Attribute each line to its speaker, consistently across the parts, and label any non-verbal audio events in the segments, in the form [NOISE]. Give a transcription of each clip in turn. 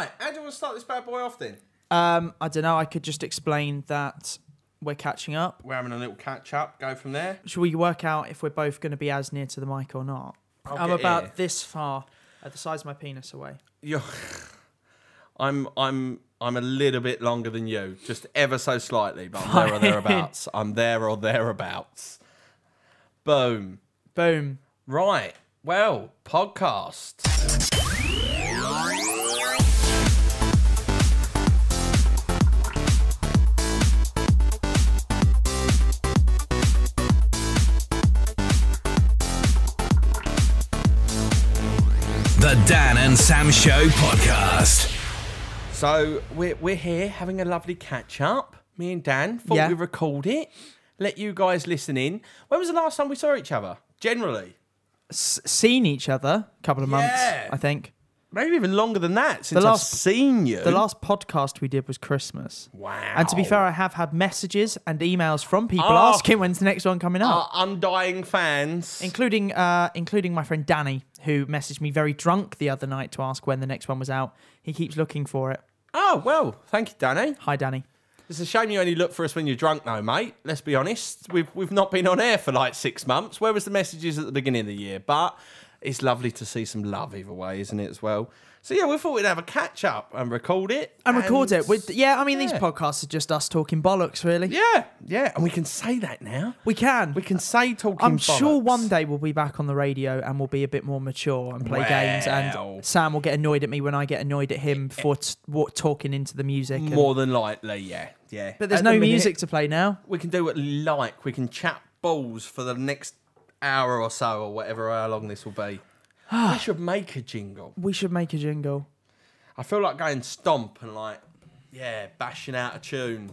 Speaker 1: to start this bad boy off then?
Speaker 2: Um, I don't know. I could just explain that we're catching up.
Speaker 1: We're having a little catch up. Go from there.
Speaker 2: Should we work out if we're both going to be as near to the mic or not?
Speaker 1: I'll
Speaker 2: I'm
Speaker 1: get
Speaker 2: about
Speaker 1: here.
Speaker 2: this far, at the size of my penis away.
Speaker 1: You're, I'm I'm I'm a little bit longer than you, just ever so slightly, but I'm there or
Speaker 2: Fine.
Speaker 1: [LAUGHS] thereabouts. I'm there or thereabouts. Boom.
Speaker 2: Boom.
Speaker 1: Right. Well, podcast.
Speaker 3: The Dan and Sam Show podcast.
Speaker 1: So we're we're here having a lovely catch up. Me and Dan thought
Speaker 2: Yeah.
Speaker 1: we record it. Let you guys listen in. When was the last time we saw each other? Generally,
Speaker 2: S- seen each other a couple of months,
Speaker 1: Yeah.
Speaker 2: I think.
Speaker 1: maybe even longer than that since
Speaker 2: last-
Speaker 1: I've seen you.
Speaker 2: The last podcast we did was Christmas.
Speaker 1: wow.
Speaker 2: And to be fair, I have had messages and emails from people
Speaker 1: Oh.
Speaker 2: asking when's the next one coming up.
Speaker 1: our undying fans.
Speaker 2: including uh, including my friend Danny, who messaged me very drunk the other night to ask when the next one was out. He keeps looking for it.
Speaker 1: oh well, thank you, Danny.
Speaker 2: Hi, Danny.
Speaker 1: It's a shame you only look for us when you're drunk, though, mate. Let's be honest. We've we've not been on air for like six months. Where was the messages at the beginning of the year? But it's lovely to see some love either way, isn't it? As well. So yeah, we thought we'd have a catch up and record it
Speaker 2: And, record it with yeah. I mean,
Speaker 1: yeah.
Speaker 2: these podcasts are just us talking bollocks, really.
Speaker 1: yeah, yeah, and we can say that now.
Speaker 2: We can.
Speaker 1: We can say talking.
Speaker 2: I'm sure
Speaker 1: bollocks.
Speaker 2: one day we'll be back on the radio and we'll be a bit more mature and play games.
Speaker 1: Well.
Speaker 2: And Sam will get annoyed at me when I get annoyed at him for t- wa- talking into the music. and-
Speaker 1: more than likely, yeah, yeah.
Speaker 2: but there's
Speaker 1: At
Speaker 2: no
Speaker 1: the minute,
Speaker 2: music to play now.
Speaker 1: we can do what we like. We can chat balls for the next hour or so, or whatever how long this will be. I should make a jingle.
Speaker 2: We should make a jingle.
Speaker 1: I feel like going stomp and like, yeah, bashing out a tune.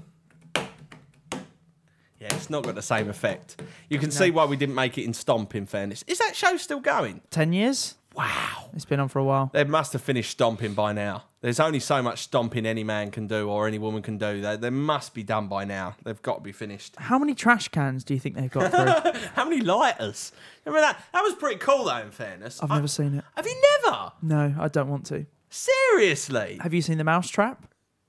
Speaker 1: Yeah, it's not got the same effect. You can see why we didn't make it in stomp. In fairness, is that show still going?
Speaker 2: Ten years?
Speaker 1: Wow,
Speaker 2: It's been on for a while.
Speaker 1: they must have finished stomping by now. There's only so much stomping any man can do or any woman can do. They, they must be done by now. They've got to be finished.
Speaker 2: How many trash cans do you think they've got
Speaker 1: [LAUGHS]
Speaker 2: through?
Speaker 1: How many lighters? Remember that? That was pretty cool, though. In fairness,
Speaker 2: I've
Speaker 1: I-
Speaker 2: never seen it.
Speaker 1: Have you never?
Speaker 2: No, I don't want to.
Speaker 1: Seriously?
Speaker 2: Have you seen the Mousetrap?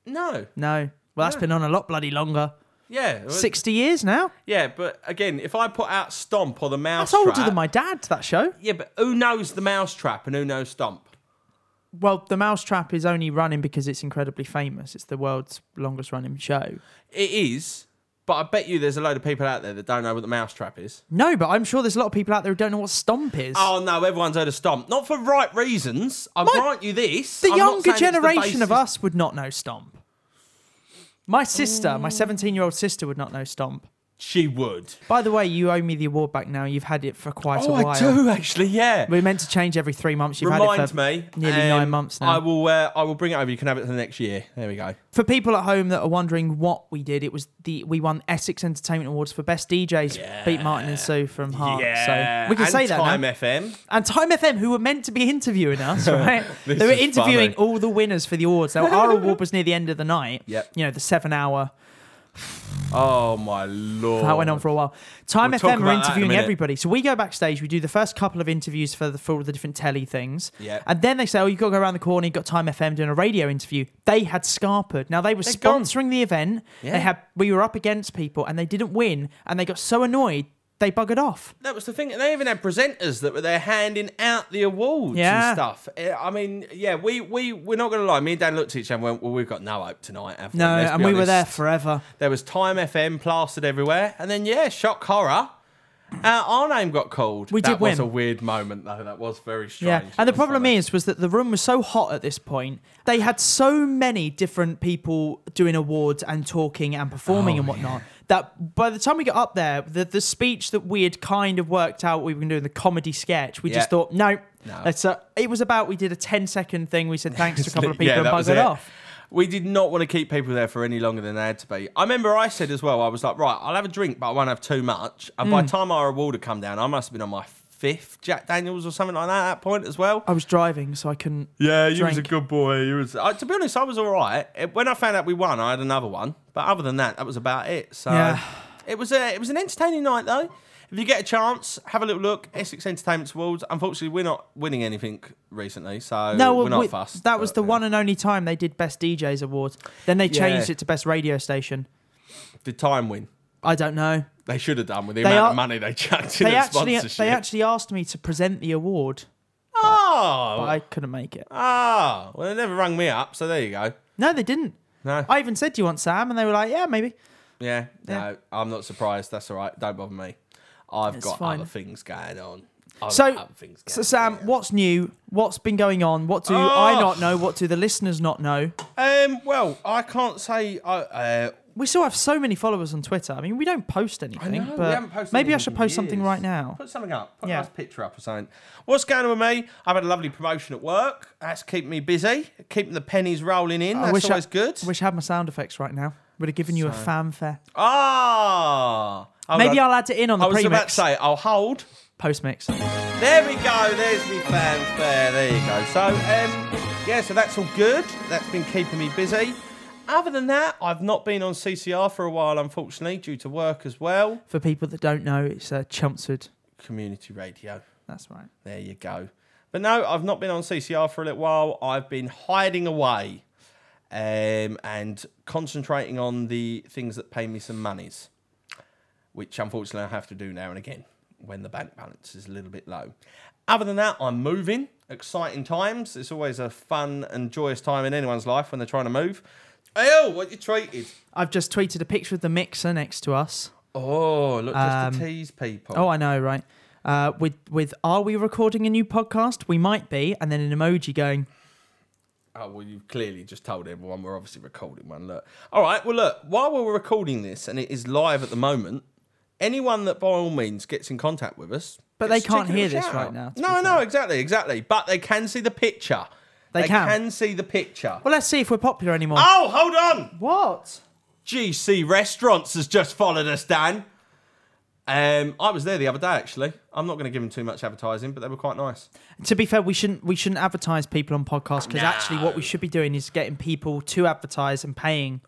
Speaker 1: No.
Speaker 2: No. Well, that's been on a lot bloody longer.
Speaker 1: Yeah. well,
Speaker 2: Sixty years now.
Speaker 1: Yeah, but again, if I put out Stomp or the
Speaker 2: That's
Speaker 1: Mouse
Speaker 2: older than my dad. That show.
Speaker 1: Yeah, but who knows the Mousetrap and who knows Stomp?
Speaker 2: Well, the Mousetrap is only running because it's incredibly famous. It's the world's longest running show.
Speaker 1: It is, but I bet you there's a load of people out there that don't know what the Mousetrap is.
Speaker 2: No, but I'm sure there's a lot of people out there who don't know what Stomp is.
Speaker 1: Oh no, everyone's heard of Stomp. Not for right reasons. I grant you this.
Speaker 2: the
Speaker 1: I'm not
Speaker 2: younger
Speaker 1: saying it's the
Speaker 2: generation of
Speaker 1: basis-
Speaker 2: us would not know Stomp. My sister, my 17 year old sister, would not know Stomp.
Speaker 1: She would.
Speaker 2: By the way, you owe me the award back now. You've had it for quite
Speaker 1: Oh,
Speaker 2: a while.
Speaker 1: I do actually. Yeah.
Speaker 2: We're meant to change every three months. You've had it
Speaker 1: Remind
Speaker 2: for
Speaker 1: me.
Speaker 2: nearly
Speaker 1: um,
Speaker 2: nine months now.
Speaker 1: I will. Uh, I will bring it over. You can have it for the next year. There we go.
Speaker 2: for people at home that are wondering what we did, it was the we won Essex Entertainment Awards for best DJs. Beat Martin and Sue from Heart. Ah, So we can
Speaker 1: and
Speaker 2: say that.
Speaker 1: Time
Speaker 2: now.
Speaker 1: FM.
Speaker 2: And Time FM, who were meant to be
Speaker 1: [LAUGHS]
Speaker 2: interviewing us, right? they were
Speaker 1: is
Speaker 2: interviewing
Speaker 1: funny.
Speaker 2: all the winners for the awards.
Speaker 1: [LAUGHS]
Speaker 2: Now our award was near the end of the night.
Speaker 1: Yep.
Speaker 2: You know the seven hour
Speaker 1: Oh my lord.
Speaker 2: that went on for a while. Time
Speaker 1: We'll talk
Speaker 2: FM
Speaker 1: about
Speaker 2: are
Speaker 1: that in a
Speaker 2: interviewing
Speaker 1: minute.
Speaker 2: everybody, so we go backstage. We do the first couple of interviews for the for all the different telly things.
Speaker 1: Yep.
Speaker 2: And then they say, "Oh, you've got to go around the corner." You've got Time FM doing a radio interview. They had Scarpered. Now they were
Speaker 1: gone.
Speaker 2: sponsoring the event.
Speaker 1: Yeah.
Speaker 2: They had we were up against people, and they didn't win, and they got so annoyed they buggered off.
Speaker 1: That was the thing. And they even had presenters that were there handing out the awards
Speaker 2: Yeah.
Speaker 1: and stuff. Eh, I mean, yeah, we we we're not gonna lie. Me and Dan looked at each other and went, "Well, we've got no hope tonight." Have we?
Speaker 2: No,
Speaker 1: Let's
Speaker 2: and
Speaker 1: be
Speaker 2: we were there
Speaker 1: honest.
Speaker 2: forever.
Speaker 1: There was Time FM plastered everywhere, and then yeah, shock horror. Uh, our name got called.
Speaker 2: We
Speaker 1: that
Speaker 2: did
Speaker 1: was
Speaker 2: win.
Speaker 1: a weird moment though. That was very strange.
Speaker 2: Yeah, and the
Speaker 1: It was
Speaker 2: problem
Speaker 1: funny.
Speaker 2: is was that the room was so hot at this point. They had so many different people doing awards and talking and
Speaker 1: Oh,
Speaker 2: performing and whatnot that by the time we got up there, the the speech that we had kind of worked out we were doing the comedy sketch, we
Speaker 1: Yeah.
Speaker 2: just thought no.
Speaker 1: No.
Speaker 2: Let's, uh, it was about we did a 10 second thing. We said thanks to a couple of people
Speaker 1: [LAUGHS] Yeah,
Speaker 2: and
Speaker 1: that was
Speaker 2: buggered
Speaker 1: it.
Speaker 2: off.
Speaker 1: We did not want to keep people there for any longer than they had to be. I remember I said as well, I was like, right, I'll have a drink, but I won't have too much. And
Speaker 2: Mm.
Speaker 1: by the time our award had come down, I must have been on my fifth Jack Daniels or something like that at that point as well.
Speaker 2: I was driving, so I couldn't.
Speaker 1: Yeah, you was a
Speaker 2: Oh, Drink.
Speaker 1: good boy. You was. Uh, to be honest, I was all right. It- When I found out we won, I had another one. But other than that, that was about it. So
Speaker 2: Yeah.
Speaker 1: it was a it was an entertaining night though. If you get a chance, have a little look. Essex Entertainment Awards. Unfortunately, we're not winning anything recently, so
Speaker 2: No,
Speaker 1: we're
Speaker 2: well,
Speaker 1: not
Speaker 2: we-
Speaker 1: fussed.
Speaker 2: that was
Speaker 1: but,
Speaker 2: the
Speaker 1: yeah.
Speaker 2: one and only time they did Best DJs award. Then they changed
Speaker 1: Yeah.
Speaker 2: it to Best Radio Station.
Speaker 1: Did time win?
Speaker 2: I don't know.
Speaker 1: They should have done with the
Speaker 2: They
Speaker 1: amount
Speaker 2: are-
Speaker 1: of money they chucked in
Speaker 2: They
Speaker 1: at
Speaker 2: actually,
Speaker 1: sponsorship.
Speaker 2: they actually asked me to present the award,
Speaker 1: oh,
Speaker 2: but I couldn't make it.
Speaker 1: ah, well, they never rang me up, so there you go.
Speaker 2: No, they didn't.
Speaker 1: No,
Speaker 2: I even said, "Do you want Sam?" and they were like, "Yeah, maybe."
Speaker 1: yeah,
Speaker 2: Yeah.
Speaker 1: no, I'm not surprised. That's all right. Don't bother me. I've
Speaker 2: It's
Speaker 1: got
Speaker 2: fine.
Speaker 1: other things going on. I've got
Speaker 2: So,
Speaker 1: other Oh, things
Speaker 2: so
Speaker 1: going
Speaker 2: Sam,
Speaker 1: on.
Speaker 2: what's new? What's been going on? What do I
Speaker 1: Oh.
Speaker 2: not know? What do the listeners not know?
Speaker 1: Um, well, I can't say. I, uh,
Speaker 2: We still have so many followers on Twitter. I mean, we don't post anything,
Speaker 1: know, we
Speaker 2: but
Speaker 1: haven't posted
Speaker 2: maybe I
Speaker 1: anything
Speaker 2: should
Speaker 1: in
Speaker 2: post something
Speaker 1: years.
Speaker 2: right now.
Speaker 1: Put something up. Put
Speaker 2: Yeah.
Speaker 1: a nice picture up or something. What's going on with me? I've had a lovely promotion at work. That's keeping me busy, keeping the pennies rolling in. That's always good.
Speaker 2: I wish I had my sound effects right now. Would have given you a fanfare.
Speaker 1: Ah, Hold
Speaker 2: Maybe
Speaker 1: on.
Speaker 2: I'll add it in on
Speaker 1: I
Speaker 2: the
Speaker 1: was about to
Speaker 2: pre-mix,
Speaker 1: say I'll hold.
Speaker 2: post-mix.
Speaker 1: There we go. There's me fanfare. There you go. So, um, yeah. So that's all good. That's been keeping me busy. Other than that, I've not been on CCR for a while, unfortunately, due to work as well.
Speaker 2: For people that don't know, it's uh, Chelmsford.
Speaker 1: Community radio.
Speaker 2: That's right.
Speaker 1: There you go. But no, I've not been on CCR for a little while. I've been hiding away um, and concentrating on the things that pay me some monies, which unfortunately I have to do now and again when the bank balance is a little bit low. Other than that, I'm moving. Exciting times. It's always a fun and joyous time in anyone's life when they're trying to move. Oh, what you treated?
Speaker 2: I've just tweeted a picture of the mixer next to us.
Speaker 1: Oh, look, just
Speaker 2: Um,
Speaker 1: to tease people.
Speaker 2: Oh, I know, right? Uh, with with are we recording a new podcast? We might be, and then an emoji going.
Speaker 1: Oh well, you've clearly just told everyone we're obviously recording one. Look, all right. Well, look, while we're recording this and it is live at the moment, anyone that by all means gets in contact with us,
Speaker 2: But they
Speaker 1: gets to
Speaker 2: can't
Speaker 1: check it
Speaker 2: hear
Speaker 1: out.
Speaker 2: this right now, to
Speaker 1: No, no, exactly, exactly. But they can see the picture.
Speaker 2: They can.
Speaker 1: see the picture.
Speaker 2: Well, let's see if we're popular anymore.
Speaker 1: Oh, hold on!
Speaker 2: What?
Speaker 1: GC Restaurants has just followed us, Dan. Um, I was there the other day actually. I'm not going to give them too much advertising, but they were quite nice.
Speaker 2: To be fair, we shouldn't we shouldn't advertise people on podcasts because actually, what we should be doing is getting people to advertise and paying.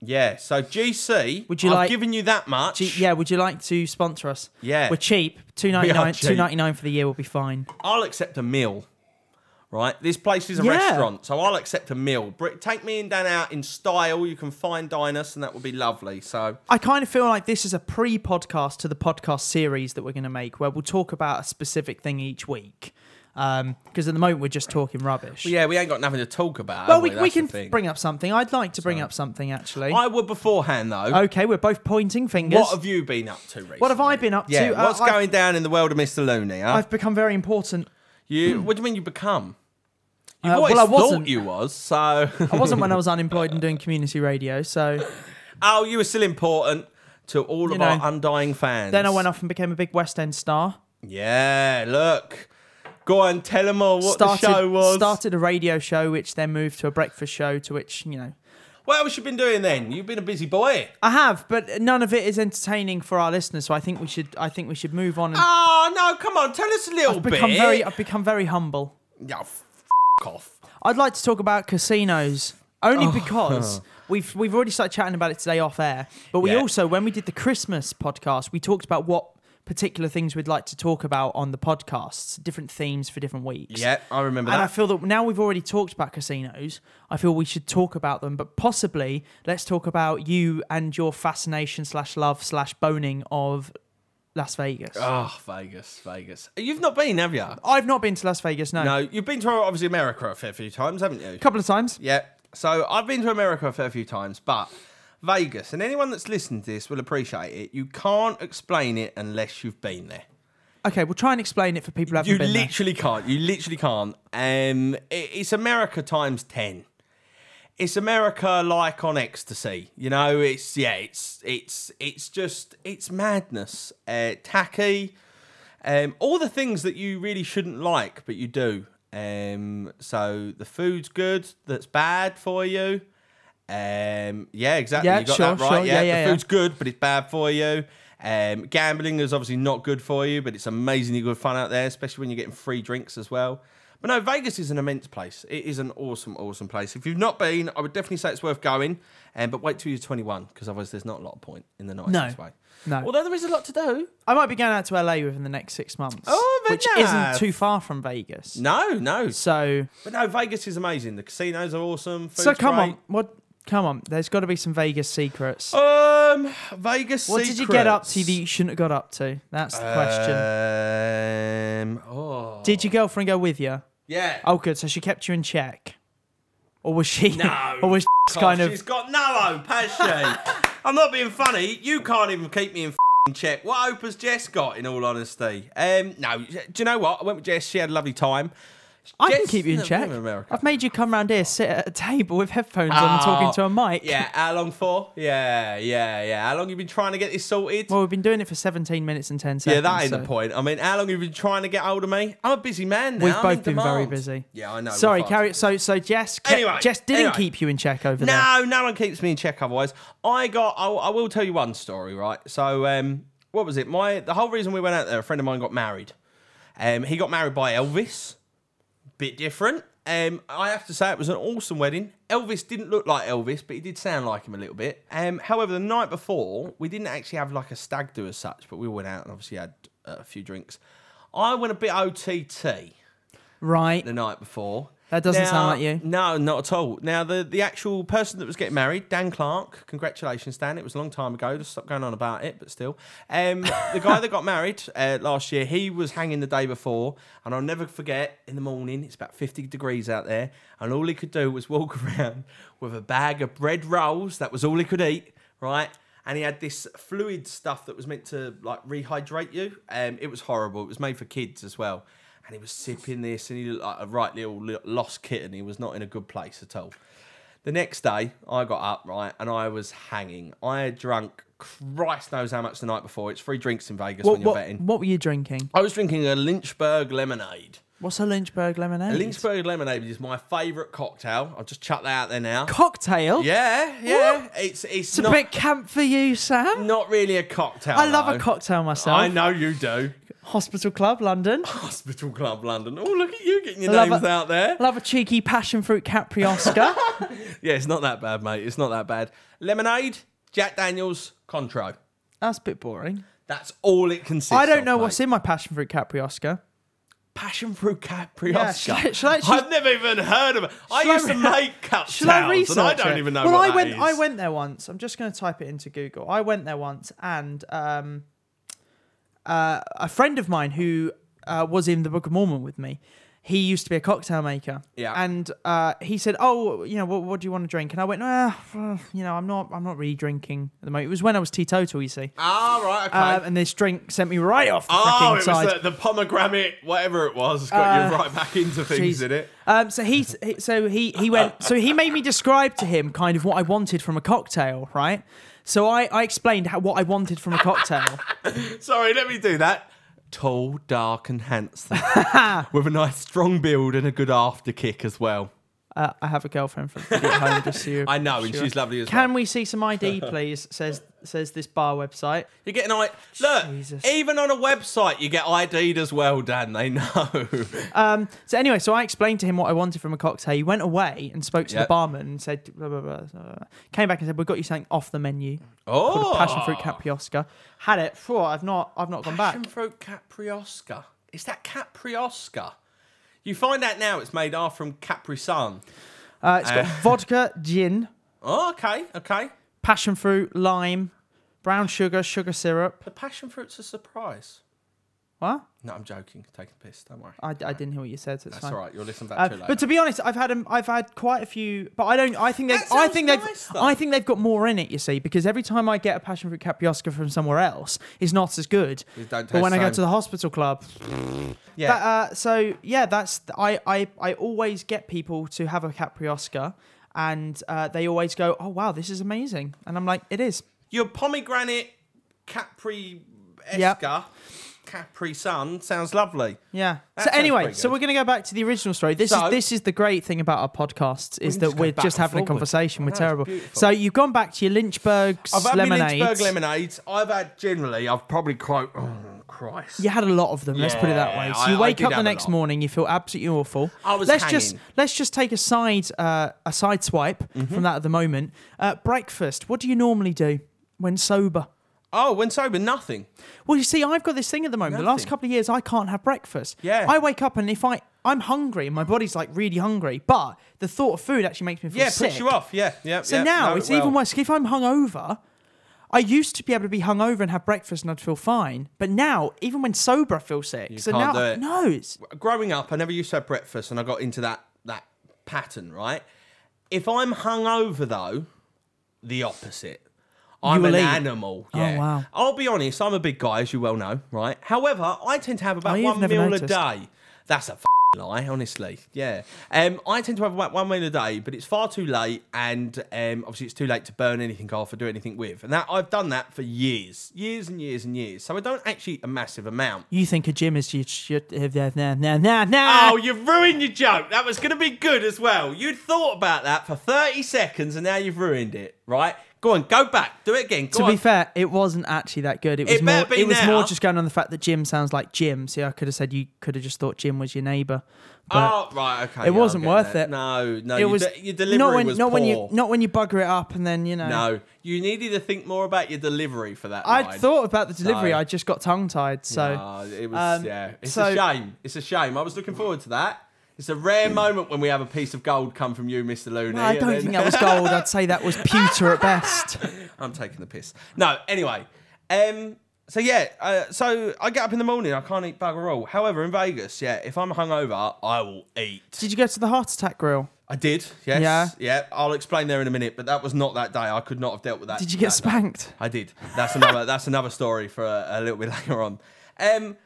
Speaker 1: Yeah. So GC,
Speaker 2: Would you
Speaker 1: I've
Speaker 2: like-
Speaker 1: given you that much?
Speaker 2: Do you- yeah, would you like to sponsor us?
Speaker 1: Yeah.
Speaker 2: we're cheap. Two
Speaker 1: We
Speaker 2: ninety
Speaker 1: are
Speaker 2: nine.
Speaker 1: cheap.
Speaker 2: Two ninety nine for the year will be fine.
Speaker 1: I'll accept a meal. Right, this place is a
Speaker 2: Yeah.
Speaker 1: restaurant, so I'll accept a meal. Br- Take me and Dan out in style. You can find dine us, and that would be lovely. So,
Speaker 2: I kind of feel like this is a pre podcast to the podcast series that we're going to make, where we'll talk about a specific thing each week. Because at the moment we're just talking rubbish.
Speaker 1: yeah, we ain't got nothing to talk about.
Speaker 2: Well,
Speaker 1: have
Speaker 2: we, we
Speaker 1: That's the
Speaker 2: can
Speaker 1: thing.
Speaker 2: bring up something. I'd like to bring up something actually.
Speaker 1: I would beforehand though.
Speaker 2: okay, we're both pointing fingers.
Speaker 1: What have you been up to recently?
Speaker 2: Oh, What have I been up
Speaker 1: Yeah,
Speaker 2: to? Uh,
Speaker 1: what's
Speaker 2: I've-
Speaker 1: going down in the world of Mr. Looney? Huh?
Speaker 2: I've become very important.
Speaker 1: You, what do you mean you become? You
Speaker 2: Uh,
Speaker 1: always
Speaker 2: well, I
Speaker 1: thought
Speaker 2: wasn't.
Speaker 1: you was. So, [LAUGHS]
Speaker 2: I wasn't when I was unemployed and doing community radio. So
Speaker 1: oh, you were still important to all of
Speaker 2: know.
Speaker 1: our undying fans.
Speaker 2: then I went off and became a big West End star.
Speaker 1: Yeah, look, go on, tell them all what
Speaker 2: started
Speaker 1: the show was.
Speaker 2: started a radio show, which then moved to a breakfast show, to which you know
Speaker 1: What else you been doing then? You've been a busy boy.
Speaker 2: I have, but none of it is entertaining for our listeners. So I think we should I think we should move on. And
Speaker 1: Oh no, come on, tell us a little
Speaker 2: I've
Speaker 1: bit.
Speaker 2: become very uh, I've become very humble.
Speaker 1: Oh, f- off.
Speaker 2: I'd like to talk about casinos
Speaker 1: Oh.
Speaker 2: only
Speaker 1: [LAUGHS]
Speaker 2: because we've we've already started chatting about it today off air. But we
Speaker 1: Yeah.
Speaker 2: also when we did the Christmas podcast, we talked about what particular things we'd like to talk about on the podcasts, different themes for different weeks.
Speaker 1: Yeah, I remember
Speaker 2: And I
Speaker 1: that.
Speaker 2: feel that now we've already talked about casinos, I feel we should talk about them, but possibly let's talk about you and your fascination slash love slash boning of Las Vegas.
Speaker 1: oh, Vegas, Vegas. You've not been, have you?
Speaker 2: I've not been to Las Vegas, no.
Speaker 1: No, you've been to obviously America a fair few times, haven't you?
Speaker 2: A couple of times.
Speaker 1: Yeah. So I've been to America a fair few times, but Vegas, and anyone that's listened to this will appreciate it. You can't explain it unless you've been there.
Speaker 2: Okay, we'll try and explain it for people who haven't
Speaker 1: You
Speaker 2: been there.
Speaker 1: literally can't. You literally can't. Um, it, it's America times ten. It's America like on ecstasy. You know, it's yeah, it's it's it's just it's madness. Uh, tacky. Um, all the things that you really shouldn't like, but you do. Um, so the food's good. That's bad for you. Um, yeah, exactly.
Speaker 2: Yeah,
Speaker 1: you got
Speaker 2: sure,
Speaker 1: that right.
Speaker 2: sure. Yeah, yeah,
Speaker 1: the
Speaker 2: yeah.
Speaker 1: food's good, but it's bad for you. Um, gambling is obviously not good for you, but it's amazingly good fun out there, especially when you're getting free drinks as well. But no, Vegas is an immense place. It is an awesome, awesome place. If you've not been, I would definitely say it's worth going. Um, but wait till you're 21, because otherwise there's not a lot of point in the nicest way.
Speaker 2: No.
Speaker 1: Although there is a lot to do.
Speaker 2: I might be going out to LA within the next six months,
Speaker 1: Oh, very
Speaker 2: which
Speaker 1: nice.
Speaker 2: isn't too far from Vegas.
Speaker 1: No, no.
Speaker 2: So,
Speaker 1: But no, Vegas is amazing. The casinos are awesome. Food's
Speaker 2: so come
Speaker 1: great.
Speaker 2: on, what? Come on, there's got to be some Vegas secrets.
Speaker 1: Um, Vegas.
Speaker 2: what did you get up to that
Speaker 1: secrets. Uh,
Speaker 2: you shouldn't have got up to? That's the question.
Speaker 1: Um, oh.
Speaker 2: Did your girlfriend go with you?
Speaker 1: Yeah.
Speaker 2: Oh, good. So she kept you in check, or was she?
Speaker 1: No.
Speaker 2: [LAUGHS] Or was she
Speaker 1: Oh,
Speaker 2: kind
Speaker 1: She's
Speaker 2: of?
Speaker 1: got no hope, has
Speaker 2: [LAUGHS]
Speaker 1: she? I'm not being funny. You can't even keep me in f***ing check. What hope has Jess got, in all honesty? Um, no. Do you know what? I went with Jess. She had a lovely time.
Speaker 2: I can
Speaker 1: Jess-
Speaker 2: keep you in
Speaker 1: no,
Speaker 2: check.
Speaker 1: we're in America.
Speaker 2: I've made you come round here, sit at a table with headphones on, and talking
Speaker 1: Oh,
Speaker 2: to a mic.
Speaker 1: Yeah. How long for? Yeah, yeah, yeah. How long you been trying to get this sorted?
Speaker 2: [LAUGHS] Well, we've been doing it for 17 minutes and 10 seconds.
Speaker 1: yeah, that ain't
Speaker 2: so-
Speaker 1: the point. I mean, how long have you been trying to get hold of me? I'm a busy man now.
Speaker 2: We've
Speaker 1: I'm in
Speaker 2: both been very
Speaker 1: demand.
Speaker 2: busy.
Speaker 1: Yeah, I know. we're
Speaker 2: Sorry,
Speaker 1: fast.
Speaker 2: carry it. So, so Jess, kept,
Speaker 1: Anyway,
Speaker 2: Jess didn't
Speaker 1: anyway.
Speaker 2: keep you in check over there.
Speaker 1: No, no one keeps me in check. Otherwise, I got. I, I will tell you one story, right? So, um, what was it? My the whole reason we went out there. A friend of mine got married. Um, he got married by Elvis. Bit different. Um, I have to say it was an awesome wedding. Elvis didn't look like Elvis, but he did sound like him a little bit. Um, however, the night before we didn't actually have like a stag do as such, but we went out and obviously had uh, a few drinks. I went a bit OTT
Speaker 2: Right.
Speaker 1: the night before.
Speaker 2: That doesn't sound like you.
Speaker 1: No, not at all. Now, the, the actual person that was getting married, Dan Clark, congratulations, Dan. It was a long time ago. Just stop going on about it, but still. Um, the guy that got married [LAUGHS] uh, last year, he was hanging the day before. And I'll never forget in the morning, it's about 50 degrees out there. And all he could do was walk [LAUGHS] around with a bag of bread rolls. That was all he could eat, right? And he had this fluid stuff that was meant to like rehydrate you. Um, it was horrible. It was made for kids as well and he was sipping this, and he looked like a right little li- lost kitten. He was not in a good place at all. The next day, I got up right, and I was hanging. I had drunk Christ knows how much the night before. It's free drinks in Vegas
Speaker 2: What,
Speaker 1: when you're
Speaker 2: what,
Speaker 1: betting.
Speaker 2: what were you drinking?
Speaker 1: I was drinking a Lynchburg lemonade.
Speaker 2: What's a Lynchburg lemonade?
Speaker 1: A Lynchburg lemonade is my favourite cocktail. I'll just chuck that out there now.
Speaker 2: cocktail.
Speaker 1: yeah, yeah. It's it's,
Speaker 2: It's
Speaker 1: not
Speaker 2: a bit camp for you, Sam.
Speaker 1: not really a cocktail.
Speaker 2: I love a
Speaker 1: though.
Speaker 2: cocktail myself.
Speaker 1: I know you do.
Speaker 2: Hospital
Speaker 1: [LAUGHS]
Speaker 2: Club, London.
Speaker 1: Hospital Club London. Oh, look at you getting your
Speaker 2: Love
Speaker 1: names
Speaker 2: a-
Speaker 1: out there.
Speaker 2: love a cheeky passion
Speaker 1: [LAUGHS]
Speaker 2: fruit Capriosca.
Speaker 1: Yeah, it's not that bad, mate. It's not that bad. Lemonade, Jack Daniels, Contro.
Speaker 2: That's a bit boring.
Speaker 1: That's all it consists.
Speaker 2: I don't know
Speaker 1: of,
Speaker 2: what's
Speaker 1: mate.
Speaker 2: in my passion fruit Capriosca.
Speaker 1: passion fruit Capri
Speaker 2: Yeah,
Speaker 1: Oscar.
Speaker 2: shall I- shall I actually-
Speaker 1: I've never even heard of it. I
Speaker 2: Shall I
Speaker 1: used to
Speaker 2: re-
Speaker 1: make cocktails,
Speaker 2: Should I research
Speaker 1: and I don't
Speaker 2: it?
Speaker 1: even know
Speaker 2: Well,
Speaker 1: what
Speaker 2: I
Speaker 1: that
Speaker 2: went.
Speaker 1: is.
Speaker 2: I went there once. I'm just going to type it into Google. I went there once, and um, uh, a friend of mine who uh, was in the Book of Mormon with me, he used to be a cocktail maker.
Speaker 1: Yeah.
Speaker 2: And uh, he said, "Oh, you know, what, what do you want to drink?" And I went, "Ah, well, you know, I'm not. I'm not really drinking at the moment. It was when I was teetotal, you see.
Speaker 1: Ah, right, okay.
Speaker 2: Um, and this drink sent me right off the
Speaker 1: oh,
Speaker 2: frickin'
Speaker 1: it was
Speaker 2: side. Uh,
Speaker 1: the, the pomegranate, whatever it was, got you right back into things,
Speaker 2: Jeez.
Speaker 1: did it?
Speaker 2: Um, so he, he- so he, he went, so he made me describe to him kind of what I wanted from a cocktail, right? So I, I explained how, what I wanted from a cocktail.
Speaker 1: Sorry, let me do that. Tall, dark, and
Speaker 2: [LAUGHS]
Speaker 1: handsome, with a nice strong build and a good after kick as well.
Speaker 2: uh, I have a girlfriend from at home, just so you
Speaker 1: [LAUGHS] I know, and she's lovely as well.
Speaker 2: Can we see some ID, please? Says says this bar website.
Speaker 1: You're getting I look
Speaker 2: Jesus.
Speaker 1: even on a website you get ID'd as well, Dan. They
Speaker 2: [LAUGHS]
Speaker 1: know.
Speaker 2: So anyway, so I explained to him what I wanted from a cocktail. He went away and spoke to
Speaker 1: Yep.
Speaker 2: the barman and said, blah, blah, blah, blah, blah. came back and said, "We've got you something off the menu."
Speaker 1: Oh,
Speaker 2: Called a passion fruit capriosca. Had it. Phew, I've not, I've not gone back.
Speaker 1: Passion fruit capriosca. Is that capriosca? You find out now it's made after from Capri Sun.
Speaker 2: Uh, it's
Speaker 1: Eh.
Speaker 2: got vodka, gin,
Speaker 1: Oh, okay, okay.
Speaker 2: passion fruit, lime, brown sugar, sugar syrup.
Speaker 1: The passion fruit's a surprise.
Speaker 2: What?
Speaker 1: No, I'm joking. Taking a piss. Don't worry.
Speaker 2: I, I didn't hear what you said. So it's
Speaker 1: That's
Speaker 2: fine.
Speaker 1: all right. You'll listen back
Speaker 2: Uh,
Speaker 1: to it later.
Speaker 2: but to be honest, I've had 'em- I've had quite a few, but I don't. I think they.
Speaker 1: That
Speaker 2: I
Speaker 1: sounds
Speaker 2: think
Speaker 1: nice,
Speaker 2: they've.
Speaker 1: though.
Speaker 2: I think they've got more in it. You see, because every time I get a passion fruit capriosca from somewhere else, it's not as good.
Speaker 1: It don't
Speaker 2: but when
Speaker 1: taste
Speaker 2: I go
Speaker 1: same.
Speaker 2: to the hospital club,
Speaker 1: yeah.
Speaker 2: But, uh, so yeah, that's I, I I always get people to have a capriosca, and uh, they always go, "Oh wow, this is amazing," and I'm like, "It is."
Speaker 1: Your pomegranate Capri
Speaker 2: Yep.
Speaker 1: Esca Capri Sun sounds lovely.
Speaker 2: Yeah.
Speaker 1: That
Speaker 2: so
Speaker 1: sounds
Speaker 2: anyway,
Speaker 1: pretty
Speaker 2: so
Speaker 1: good.
Speaker 2: we're going to go back to the original story. This
Speaker 1: So-
Speaker 2: is this is the great thing about our podcasts is
Speaker 1: can
Speaker 2: that
Speaker 1: just go
Speaker 2: we're
Speaker 1: back
Speaker 2: just
Speaker 1: and
Speaker 2: having a
Speaker 1: forward. I
Speaker 2: conversation. We're
Speaker 1: know, it's
Speaker 2: terrible.
Speaker 1: beautiful.
Speaker 2: So you've gone back to your Lynchburg's
Speaker 1: I've had
Speaker 2: lemonade.
Speaker 1: my Lynchburg lemonades. I've had generally, I've probably quite, oh, Christ.
Speaker 2: You had a lot of them. let's put it that way.
Speaker 1: Yeah,
Speaker 2: So you
Speaker 1: I- I
Speaker 2: wake
Speaker 1: did
Speaker 2: up the
Speaker 1: have a
Speaker 2: next
Speaker 1: lot.
Speaker 2: morning, you feel absolutely awful.
Speaker 1: I was
Speaker 2: let's just
Speaker 1: hanging. Mm-hmm.
Speaker 2: let's just take a side uh, a side swipe from that at the moment. Uh, breakfast. What do you normally do when sober?
Speaker 1: Oh, when sober, nothing.
Speaker 2: Well, you see, I've got this thing at the moment. The last
Speaker 1: Nothing.
Speaker 2: couple of years, I can't have breakfast.
Speaker 1: Yeah.
Speaker 2: I wake up and if I I'm hungry, and my body's like really hungry, but the thought of food actually makes me feel
Speaker 1: Yeah,
Speaker 2: sick.
Speaker 1: puts you off. Yeah, yeah.
Speaker 2: So
Speaker 1: yeah,
Speaker 2: now
Speaker 1: know it
Speaker 2: it's
Speaker 1: well.
Speaker 2: even worse. If I'm hungover, I used to be able to be hungover and have breakfast and I'd feel fine. But now, even when sober, I feel sick. so
Speaker 1: can't
Speaker 2: now,
Speaker 1: do it.
Speaker 2: no, it's
Speaker 1: growing up, I never used to have breakfast, and I got into that that pattern. Right? If I'm hungover, though, the opposite. I'm
Speaker 2: will
Speaker 1: an
Speaker 2: eat. Oh,
Speaker 1: animal. Yeah.
Speaker 2: wow.
Speaker 1: I'll be honest. I'm a big guy, as you well know. Right. However, I tend to have about
Speaker 2: Oh, you've
Speaker 1: one
Speaker 2: never
Speaker 1: meal
Speaker 2: noticed.
Speaker 1: a day. That's a f- lie, honestly. Yeah. Um, I tend to have about one meal a day, but it's far too late, and um, obviously it's too late to burn anything off or do anything with. And that I've done that for years, years and years and years. So I don't actually eat a massive amount.
Speaker 2: you think a gym is you should nah nah nah nah.
Speaker 1: Oh, you've ruined your joke. That was going to be good as well. You'd thought about that for 30 seconds and now you've ruined it, right? Go on, go back. Do it again. Go
Speaker 2: to
Speaker 1: on.
Speaker 2: be fair, it wasn't actually that good. It was
Speaker 1: It better
Speaker 2: more.
Speaker 1: be
Speaker 2: It was
Speaker 1: now.
Speaker 2: more just going on the fact that Jim sounds like Jim. See, I could have said you could have just thought Jim was your neighbour. But
Speaker 1: oh, right, okay.
Speaker 2: it wasn't
Speaker 1: I'm getting
Speaker 2: worth
Speaker 1: that.
Speaker 2: it.
Speaker 1: No, no.
Speaker 2: it
Speaker 1: your,
Speaker 2: was
Speaker 1: de- your delivery
Speaker 2: not when
Speaker 1: was
Speaker 2: not
Speaker 1: poor.
Speaker 2: when you not when you bugger it up and then you know.
Speaker 1: no, you needed to think more about your delivery for that.
Speaker 2: I
Speaker 1: line.
Speaker 2: thought about the delivery.
Speaker 1: No.
Speaker 2: I just got tongue tied. So
Speaker 1: No, it was,
Speaker 2: um,
Speaker 1: yeah. It's
Speaker 2: so-
Speaker 1: a shame. It's a shame. I was looking forward to that. It's a rare moment when we have a piece of gold come from you, Mr. Looney.
Speaker 2: I
Speaker 1: and
Speaker 2: don't
Speaker 1: then- [LAUGHS]
Speaker 2: think that was gold. I'd say that was pewter at best.
Speaker 1: I'm taking the piss. No, anyway. Um, so yeah, uh, so I get up in the morning. I can't eat bugger all. However, in Vegas, yeah, if I'm hungover, I will eat.
Speaker 2: Did you go to the heart attack grill?
Speaker 1: I did. Yes.
Speaker 2: Yeah.
Speaker 1: Yeah. I'll explain there in a minute. But that was not that day. I could not have dealt with that.
Speaker 2: Did you get
Speaker 1: that day.
Speaker 2: spanked?
Speaker 1: I did. That's another. [LAUGHS] that's another story for a, a little bit [LAUGHS] later on. Um,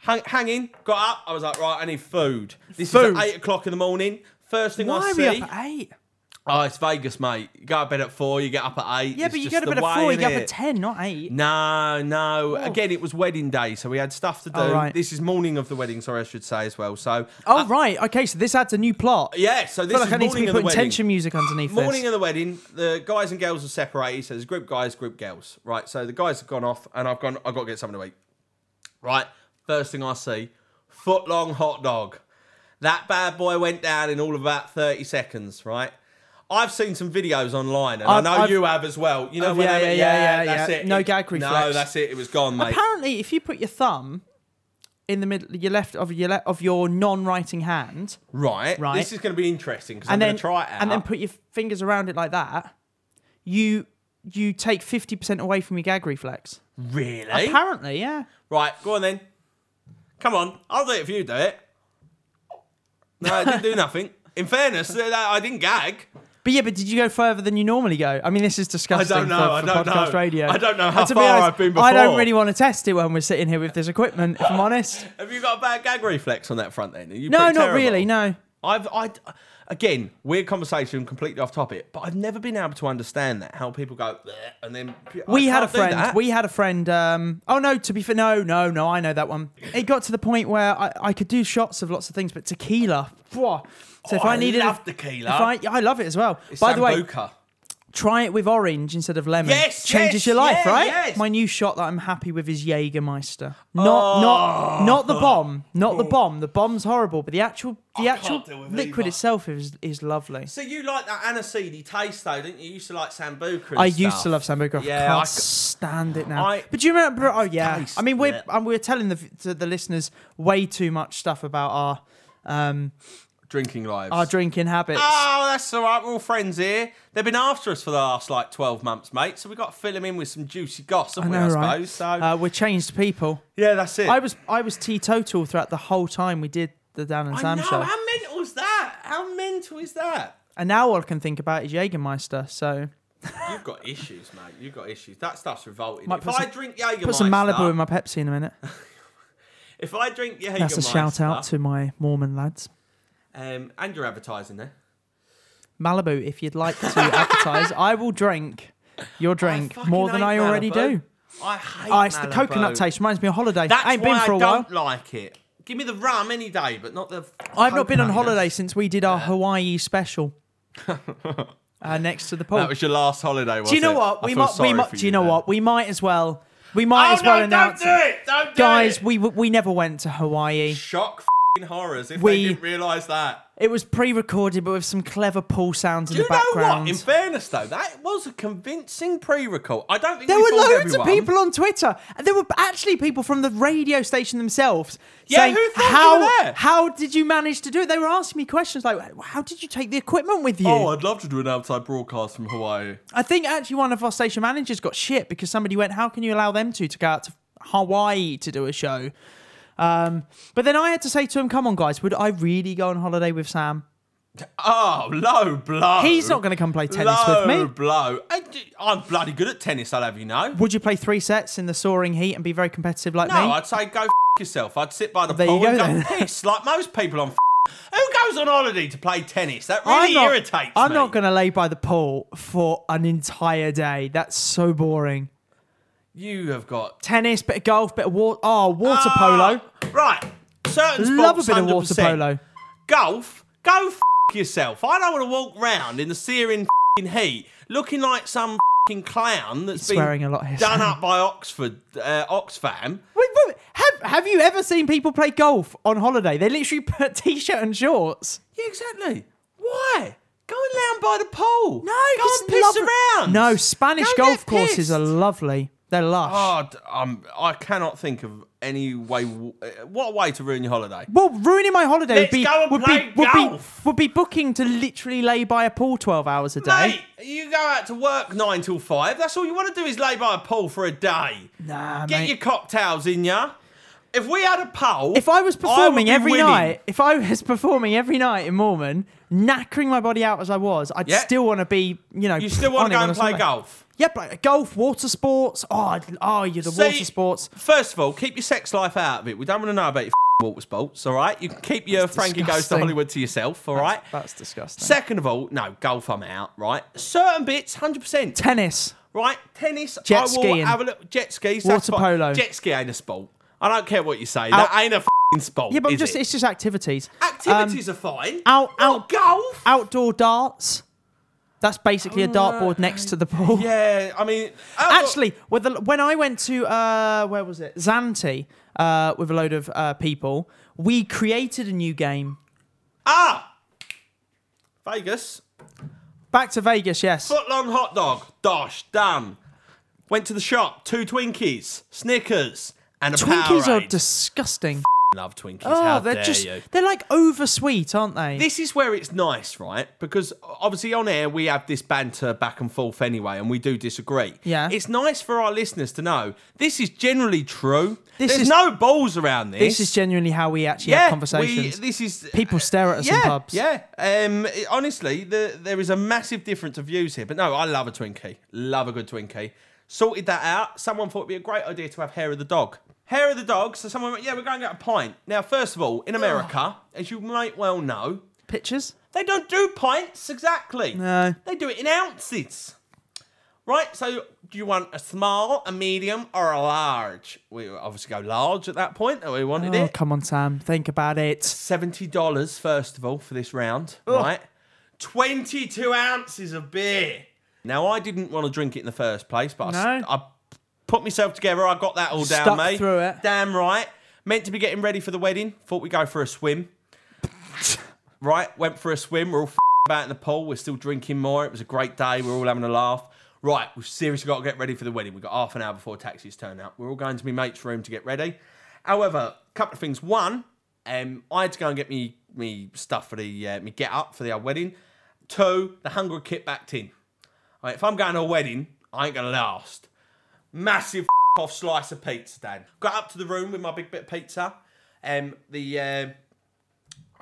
Speaker 1: hang, hanging, got up. I was like, right, I need food. This
Speaker 2: Food.
Speaker 1: is at eight o'clock in the morning. First thing I
Speaker 2: Why are
Speaker 1: see.
Speaker 2: we up at eight?
Speaker 1: Oh, it's Vegas, mate. You go to bed at four. You get up at eight.
Speaker 2: Yeah,
Speaker 1: it's
Speaker 2: but you
Speaker 1: just
Speaker 2: go to
Speaker 1: the
Speaker 2: bed at
Speaker 1: way,
Speaker 2: four. You get
Speaker 1: innit?
Speaker 2: up at ten, not eight.
Speaker 1: No, no. Again, it was wedding day, so we had stuff to do.
Speaker 2: Oh, right.
Speaker 1: This is morning of the wedding, sorry, I should say as well. So,
Speaker 2: Oh right, okay. So this adds a new plot.
Speaker 1: yeah, so
Speaker 2: I feel
Speaker 1: uh, this
Speaker 2: like
Speaker 1: is
Speaker 2: I need to be
Speaker 1: morning of the
Speaker 2: putting
Speaker 1: wedding.
Speaker 2: tension music underneath
Speaker 1: Morning
Speaker 2: this.
Speaker 1: of the wedding, the guys and girls are separated. So there's group guys, group girls, right? So the guys have gone off, and I've gone. I've got to get something to eat, right? First thing I see, foot long hot dog. That bad boy went down in all of about 30 seconds, right? I've seen some videos online, and i
Speaker 2: I've-
Speaker 1: know
Speaker 2: I've-
Speaker 1: you have as well. You know,
Speaker 2: I've-
Speaker 1: when
Speaker 2: yeah,
Speaker 1: they-
Speaker 2: yeah, yeah, yeah,
Speaker 1: that's
Speaker 2: yeah.
Speaker 1: it.
Speaker 2: No
Speaker 1: It- No,
Speaker 2: gag reflex.
Speaker 1: that's it. It was gone, mate.
Speaker 2: Apparently, if you put your thumb in the middle, your left of your le- of your non-writing hand,
Speaker 1: Right.
Speaker 2: Right.
Speaker 1: This is going to be interesting because I'm
Speaker 2: and
Speaker 1: going
Speaker 2: then
Speaker 1: to try it out.
Speaker 2: and then put your fingers around it like that, you you take fifty percent away from your gag reflex.
Speaker 1: really?
Speaker 2: Apparently, yeah.
Speaker 1: right. Go on then. Come on. I'll do it if you do it. No, I
Speaker 2: [LAUGHS]
Speaker 1: didn't do nothing. In fairness, uh, I didn't gag.
Speaker 2: But yeah, but did you go further than you normally go? I mean, this is disgusting.
Speaker 1: know,
Speaker 2: For,
Speaker 1: I
Speaker 2: for
Speaker 1: don't
Speaker 2: podcast
Speaker 1: know.
Speaker 2: radio.
Speaker 1: I don't know how
Speaker 2: And to be
Speaker 1: far
Speaker 2: honest,
Speaker 1: I've been
Speaker 2: I don't
Speaker 1: before.
Speaker 2: really want to test it when we're sitting here with this equipment.
Speaker 1: [LAUGHS]
Speaker 2: If I'm honest,
Speaker 1: Have you got a bad gag reflex on that front then? Are you
Speaker 2: no,
Speaker 1: pretty
Speaker 2: not
Speaker 1: terrible?
Speaker 2: really. No,
Speaker 1: I've I again weird conversation, completely off topic, but I've never been able to understand that how people go "Bleh," and then I
Speaker 2: we had a
Speaker 1: can't do
Speaker 2: friend.
Speaker 1: that.
Speaker 2: We had a friend. Um, oh no, to be fair, no, no, no. I know that one. It got to the point where I, I could do shots of lots of things, but tequila. phew. So if
Speaker 1: Oh,
Speaker 2: I
Speaker 1: I
Speaker 2: needed,
Speaker 1: love
Speaker 2: if
Speaker 1: tequila.
Speaker 2: I, I love it as well. By the way,
Speaker 1: Sambuca.
Speaker 2: try it with orange instead of lemon.
Speaker 1: Yes,
Speaker 2: changes
Speaker 1: yes,
Speaker 2: your life,
Speaker 1: yeah,
Speaker 2: right?
Speaker 1: yes.
Speaker 2: My new shot that I'm happy with is Jägermeister. Not,
Speaker 1: Oh.
Speaker 2: not, not the bomb. Not the bomb. The bomb's horrible, but the actual, the
Speaker 1: can't
Speaker 2: actual
Speaker 1: deal with
Speaker 2: liquid
Speaker 1: either.
Speaker 2: itself is is lovely.
Speaker 1: So you like that aniseedy taste though, didn't you? You used to like sambuca. And
Speaker 2: I used
Speaker 1: stuff.
Speaker 2: to love Sambuca.
Speaker 1: Yeah,
Speaker 2: I
Speaker 1: I
Speaker 2: can't
Speaker 1: c-
Speaker 2: stand it now.
Speaker 1: I-
Speaker 2: but do you remember? Oh yeah.
Speaker 1: taste
Speaker 2: I mean, we're
Speaker 1: it.
Speaker 2: and we're telling the to the listeners way too much stuff about our um
Speaker 1: drinking lives.
Speaker 2: our drinking habits.
Speaker 1: Oh, that's all right. We're all friends here. They've been after us for the last like 12 months, mate. So we've got to fill them in with some juicy goss,
Speaker 2: I
Speaker 1: haven't
Speaker 2: know,
Speaker 1: we, I
Speaker 2: right?
Speaker 1: suppose? So,
Speaker 2: uh, we're changed people.
Speaker 1: yeah, that's it.
Speaker 2: I was I was teetotal throughout the whole time we did the Dan and
Speaker 1: I
Speaker 2: Sam
Speaker 1: know.
Speaker 2: show,
Speaker 1: How mental is that? How mental is that?
Speaker 2: and now all I can think about is Jägermeister. So
Speaker 1: You've got issues, mate. You've got issues. That stuff's revolting.
Speaker 2: Might
Speaker 1: if
Speaker 2: put
Speaker 1: I
Speaker 2: some-
Speaker 1: drink Jaegermeister.
Speaker 2: put some Malibu in my Pepsi in a minute.
Speaker 1: If I drink Jaegermeister.
Speaker 2: That's a shout out to my Mormon lads.
Speaker 1: Um, and you're advertising there.
Speaker 2: Malibu, if you'd like
Speaker 1: [LAUGHS]
Speaker 2: to advertise, I will drink your drink
Speaker 1: fucking
Speaker 2: more than
Speaker 1: hate
Speaker 2: I already
Speaker 1: Malibu.
Speaker 2: do.
Speaker 1: I hate
Speaker 2: Oh, it's the
Speaker 1: Malibu.
Speaker 2: coconut taste. Reminds me of holiday.
Speaker 1: That's
Speaker 2: I ain't
Speaker 1: why
Speaker 2: been for a
Speaker 1: I
Speaker 2: while.
Speaker 1: don't like it. Give me the rum any day, but not the.
Speaker 2: I've not been
Speaker 1: coconut, you
Speaker 2: on
Speaker 1: know.
Speaker 2: holiday since we did our Hawaii
Speaker 1: [LAUGHS]
Speaker 2: special uh, next to the pool.
Speaker 1: That was your last holiday, was
Speaker 2: do you know
Speaker 1: it?
Speaker 2: what?
Speaker 1: I
Speaker 2: We
Speaker 1: feel
Speaker 2: might. We
Speaker 1: sorry
Speaker 2: might.
Speaker 1: for
Speaker 2: Do you know
Speaker 1: then.
Speaker 2: what? We might as well. We might
Speaker 1: oh
Speaker 2: as well
Speaker 1: no!
Speaker 2: announce,
Speaker 1: don't do it! Don't do
Speaker 2: guys.
Speaker 1: it!
Speaker 2: We we never went to Hawaii.
Speaker 1: shock f***ing horrors if
Speaker 2: We-
Speaker 1: they didn't realise that.
Speaker 2: It was pre-recorded, but with some clever pool sounds in
Speaker 1: Do
Speaker 2: the
Speaker 1: you know
Speaker 2: background.
Speaker 1: what? In fairness, though, that was a convincing pre-record. I don't think
Speaker 2: There
Speaker 1: we
Speaker 2: were
Speaker 1: fooled
Speaker 2: loads
Speaker 1: everyone.
Speaker 2: of people on Twitter. and There were actually people from the radio station themselves
Speaker 1: Yeah,
Speaker 2: saying,
Speaker 1: who thought they
Speaker 2: how,
Speaker 1: were there?"
Speaker 2: how did you manage to do it? They were asking me questions like, how did you take the equipment with you?
Speaker 1: Oh, I'd love to do an outside broadcast from Hawaii.
Speaker 2: I think actually one of our station managers got shit because somebody went, how can you allow them to, to go out to Hawaii to do a show? Um, but then I had to say to him, come on, guys, would I really go on holiday with Sam?
Speaker 1: Oh, low blow.
Speaker 2: He's not going to come play tennis
Speaker 1: low
Speaker 2: with me.
Speaker 1: blow. I d- I'm bloody good at tennis. I'll have you know.
Speaker 2: Would you play three sets in the soaring heat and be very competitive like
Speaker 1: No,
Speaker 2: me?
Speaker 1: I'd say go f- yourself. I'd sit by the
Speaker 2: There
Speaker 1: pool
Speaker 2: you go
Speaker 1: and go
Speaker 2: then.
Speaker 1: piss like most people on. F- who goes on holiday to play tennis? That really irritates
Speaker 2: I'm
Speaker 1: me.
Speaker 2: not going to lay by the pool for an entire day. That's so boring.
Speaker 1: You have got
Speaker 2: Tennis, bit of golf, bit of water. Oh, water polo.
Speaker 1: Ah, Right. Certain sports.
Speaker 2: Love a bit of water
Speaker 1: 100%.
Speaker 2: polo.
Speaker 1: Golf. Go f- yourself. I don't want to walk round in the searing f***ing heat looking like some f***ing clown that's been
Speaker 2: Swearing a lot here,
Speaker 1: done
Speaker 2: Sam. [LAUGHS]
Speaker 1: up by Oxford uh, Oxfam.
Speaker 2: Wait, wait, have have you ever seen people play golf on holiday? They literally put t-shirt and shorts.
Speaker 1: Yeah, exactly. Why? Go and lounge by the pool.
Speaker 2: No,
Speaker 1: go
Speaker 2: it's
Speaker 1: and piss
Speaker 2: lovely-
Speaker 1: around.
Speaker 2: No, Spanish
Speaker 1: Go get
Speaker 2: golf courses
Speaker 1: pissed.
Speaker 2: are lovely. They're lush.
Speaker 1: Oh, d- um, I cannot think of any way. w- uh, What way to ruin your holiday?
Speaker 2: well, ruining my holiday
Speaker 1: Let's
Speaker 2: would be
Speaker 1: go and
Speaker 2: would
Speaker 1: play
Speaker 2: be would
Speaker 1: golf.
Speaker 2: be would be booking to literally lay by a pool twelve hours a day.
Speaker 1: Mate, you go out to work nine till five. That's all you want to do is lay by a pool for a day.
Speaker 2: Nah,
Speaker 1: Get
Speaker 2: mate.
Speaker 1: your cocktails in ya. If we had a poll,
Speaker 2: if I was
Speaker 1: would
Speaker 2: performing
Speaker 1: be
Speaker 2: every
Speaker 1: winning.
Speaker 2: night, if I was [LAUGHS] performing every night in Mormon, knackering my body out as I was, I'd
Speaker 1: Yeah.
Speaker 2: still want to be, you know,
Speaker 1: you still want
Speaker 2: on
Speaker 1: to
Speaker 2: it
Speaker 1: go
Speaker 2: when
Speaker 1: and
Speaker 2: I
Speaker 1: play
Speaker 2: saw it.
Speaker 1: golf.
Speaker 2: Yep, like golf, water sports. Oh, I'd, oh, you're the
Speaker 1: See-
Speaker 2: water sports.
Speaker 1: First of all, keep your sex life out of it. We don't want to know about your f***ing water sports. All right, you can keep your Frankie goes to
Speaker 2: disgusting.
Speaker 1: Hollywood to yourself. All right.
Speaker 2: That's disgusting.
Speaker 1: Second of all, no golf. I'm out. Right, certain bits, hundred percent.
Speaker 2: tennis.
Speaker 1: Right, tennis.
Speaker 2: Jet
Speaker 1: I will
Speaker 2: skiing.
Speaker 1: Have a look. Jet skis.
Speaker 2: Water
Speaker 1: that's fine.
Speaker 2: polo.
Speaker 1: Jet ski ain't a sport. I don't care what you say. That ain't a f***ing sport.
Speaker 2: Yeah, but I'm
Speaker 1: is
Speaker 2: just
Speaker 1: it?
Speaker 2: it's just activities.
Speaker 1: activities are fine.
Speaker 2: out-
Speaker 1: Not
Speaker 2: out-
Speaker 1: golf.
Speaker 2: Outdoor darts. That's basically a dartboard next to the
Speaker 1: Oh,
Speaker 2: pool.
Speaker 1: Yeah, I mean, uh, outdoor-
Speaker 2: [LAUGHS] Actually, with the, when I went to uh, where was it Zante uh, with a load of uh, people, we created a new game.
Speaker 1: ah, Vegas.
Speaker 2: Back to Vegas, yes.
Speaker 1: Foot long hot dog. Dosh, done. Went to the shop. Two Twinkies, Snickers, and a
Speaker 2: Twinkies are
Speaker 1: Powerade.
Speaker 2: disgusting.
Speaker 1: love Twinkies.
Speaker 2: Oh,
Speaker 1: How
Speaker 2: they're
Speaker 1: dare
Speaker 2: just
Speaker 1: you?
Speaker 2: they're like oversweet, aren't they?
Speaker 1: This is where it's nice, right? Because obviously on air we have this banter back and forth anyway, and we do disagree.
Speaker 2: Yeah.
Speaker 1: It's nice for our listeners to know this is generally true.
Speaker 2: This
Speaker 1: There's
Speaker 2: is-
Speaker 1: no balls around this.
Speaker 2: This is genuinely how we actually
Speaker 1: yeah,
Speaker 2: have conversations.
Speaker 1: We, this is
Speaker 2: People stare at us
Speaker 1: yeah,
Speaker 2: in pubs.
Speaker 1: Yeah. Um, it- honestly, the, there is a massive difference of views here. But no, I love a Twinkie. Love a good Twinkie. Sorted that out. Someone thought it'd be a great idea to have hair of the dog. Hair of the dog. So someone went, yeah, we're going to get a pint. Now, first of all, in America, as you might well know,
Speaker 2: Pictures.
Speaker 1: they don't do pints exactly.
Speaker 2: No.
Speaker 1: They do it in ounces. Right, so do you want a small, a medium, or a large? We obviously go large at that point, and we wanted
Speaker 2: Oh,
Speaker 1: it.
Speaker 2: come on, Sam. Think about it.
Speaker 1: Seventy dollars first of all for this round, right? Twenty-two ounces of beer. Now I didn't want to drink it in the first place, but I, s-
Speaker 2: No.
Speaker 1: I put myself together. I got that all down,
Speaker 2: Stuck
Speaker 1: mate.
Speaker 2: through it.
Speaker 1: Damn right. Meant to be getting ready for the wedding. Thought we'd go for a swim. [LAUGHS] right, went for a swim. We're all f- about in the pool. We're still drinking more. It was a great day. We're all having a laugh. Right, we've seriously got to get ready for the wedding. We've got half an hour before taxis turn up. We're all going to my mate's room to get ready. However, a couple of things. One, um, I had to go and get me me stuff for the uh, me get up for the uh, wedding. Two, the hunger kit backed in. All right, if I'm going to a wedding, I ain't gonna last. Massive [LAUGHS] off slice of pizza, Dan. Got up to the room with my big bit of pizza. Um, the uh,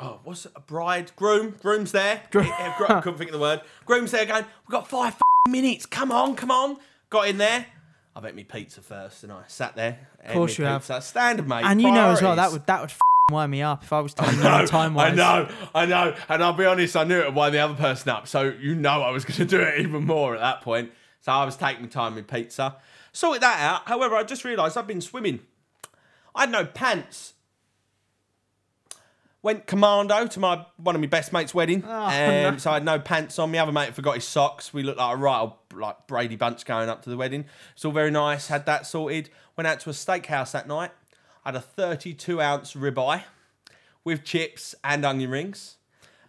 Speaker 1: oh, what's it? a bride groom? Groom's
Speaker 2: [LAUGHS]
Speaker 1: there. Yeah, gro- I couldn't think of the word. Groom's there going. We've got five [LAUGHS] f***ing minutes. Come on, come on. Got in there. I've ate me pizza first, and I sat there. Of
Speaker 2: course you have.
Speaker 1: Standard, mate.
Speaker 2: And you know as well that
Speaker 1: priorities.
Speaker 2: would that would f***ing wind me up if I was telling you time wise.
Speaker 1: I know, I know. And I'll be honest, I knew it would wind the other person up. So you know I was going to do it even more at that point. So I was taking my time with pizza. Sorted that out. However, I just realised I've been swimming. I had no pants. Went commando to my one of my best mates' wedding. um, So I had no pants on. My other mate forgot his socks. We looked like a right old like Brady Bunch going up to the wedding. It's all very nice. Had that sorted. Went out to a steakhouse that night. I had a 32 ounce ribeye with chips and onion rings.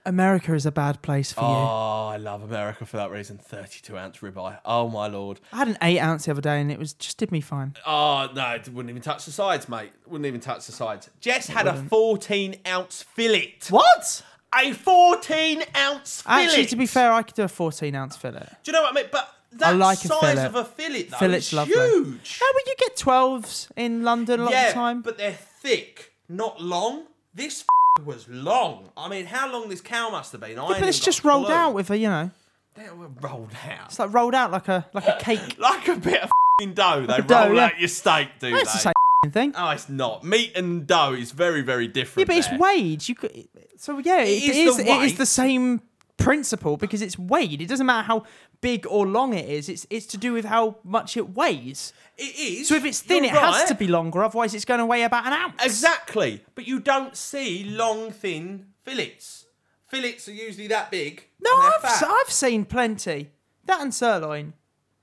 Speaker 2: America is a bad place for you.
Speaker 1: Oh, I love America for that reason. 32 ounce ribeye. Oh my lord.
Speaker 2: I had an eight ounce the other day, and it was just did me fine.
Speaker 1: Oh no, it wouldn't even touch the sides, mate. Wouldn't even touch the sides. Jess had a 14 ounce fillet.
Speaker 2: What?
Speaker 1: A 14 ounce fillet.
Speaker 2: Actually, to be fair, I could do a fourteen ounce fillet.
Speaker 1: do you know what I mean? But that
Speaker 2: like a
Speaker 1: size
Speaker 2: fillet.
Speaker 1: of a fillet, though,
Speaker 2: Fillet's
Speaker 1: is
Speaker 2: lovely.
Speaker 1: huge.
Speaker 2: How would you get twelves in London a lot
Speaker 1: yeah,
Speaker 2: of the time?
Speaker 1: but they're thick, not long. This f- was long. I mean, how long this cow must have been? I
Speaker 2: But it's just rolled out with a you know,
Speaker 1: They were rolled out.
Speaker 2: it's like rolled out like a
Speaker 1: [LAUGHS]
Speaker 2: like a cake.
Speaker 1: like a bit of fing dough. They
Speaker 2: dough,
Speaker 1: roll
Speaker 2: yeah.
Speaker 1: out your steak, do
Speaker 2: That's the
Speaker 1: they?
Speaker 2: same thing.
Speaker 1: Oh, it's not. Meat and dough is very, very
Speaker 2: Yeah,
Speaker 1: different.
Speaker 2: but it's
Speaker 1: there.
Speaker 2: weighed. You could, so yeah, it
Speaker 1: is
Speaker 2: is.
Speaker 1: the
Speaker 2: it is
Speaker 1: weight.
Speaker 2: the same principle because it's weighed. It doesn't matter how big or long it is. It's it's to do with how much it weighs.
Speaker 1: It is.
Speaker 2: So if it's thin,
Speaker 1: You're
Speaker 2: it has
Speaker 1: right.
Speaker 2: to be longer. Otherwise, it's going to weigh about an ounce.
Speaker 1: Exactly. But you don't see long, thin fillets. Fillets are usually that big.
Speaker 2: No,
Speaker 1: and they're
Speaker 2: I've
Speaker 1: fat.
Speaker 2: I've seen plenty. That and sirloin.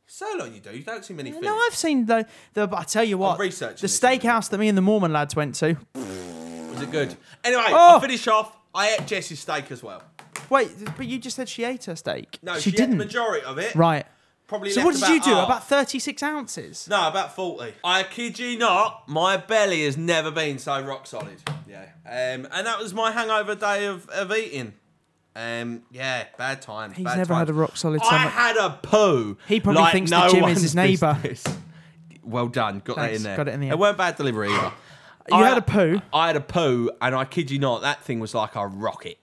Speaker 1: Sirloin you do. You don't see many fillets.
Speaker 2: No, I've seen the the. But I tell you what,
Speaker 1: researching
Speaker 2: the
Speaker 1: this, isn't it?
Speaker 2: steakhouse that me and the Mormon lads went to.
Speaker 1: Was it good? Anyway,
Speaker 2: Oh.
Speaker 1: I'll finish off. I ate Jess's steak as well.
Speaker 2: Wait, but you just said she ate her steak.
Speaker 1: No,
Speaker 2: she,
Speaker 1: she, ate
Speaker 2: didn't.
Speaker 1: the majority of it.
Speaker 2: right.
Speaker 1: Probably
Speaker 2: So
Speaker 1: left
Speaker 2: what did you do?
Speaker 1: half.
Speaker 2: About thirty-six ounces.
Speaker 1: No, about 40. I kid you not, my belly has never been so rock solid. Yeah. Um, and that was my hangover day of, of eating. Um, yeah, bad time.
Speaker 2: He's never had a rock solid
Speaker 1: I
Speaker 2: stomach.
Speaker 1: had a poo.
Speaker 2: He probably
Speaker 1: like
Speaker 2: thinks the
Speaker 1: no
Speaker 2: gym is
Speaker 1: one's
Speaker 2: his neighbour.
Speaker 1: business. Well done. Got that
Speaker 2: Thanks,
Speaker 1: in there.
Speaker 2: got it in the
Speaker 1: It
Speaker 2: end.
Speaker 1: weren't bad delivery either.
Speaker 2: You had a poo?
Speaker 1: I had a poo, and I kid you not, that thing was like a rocket.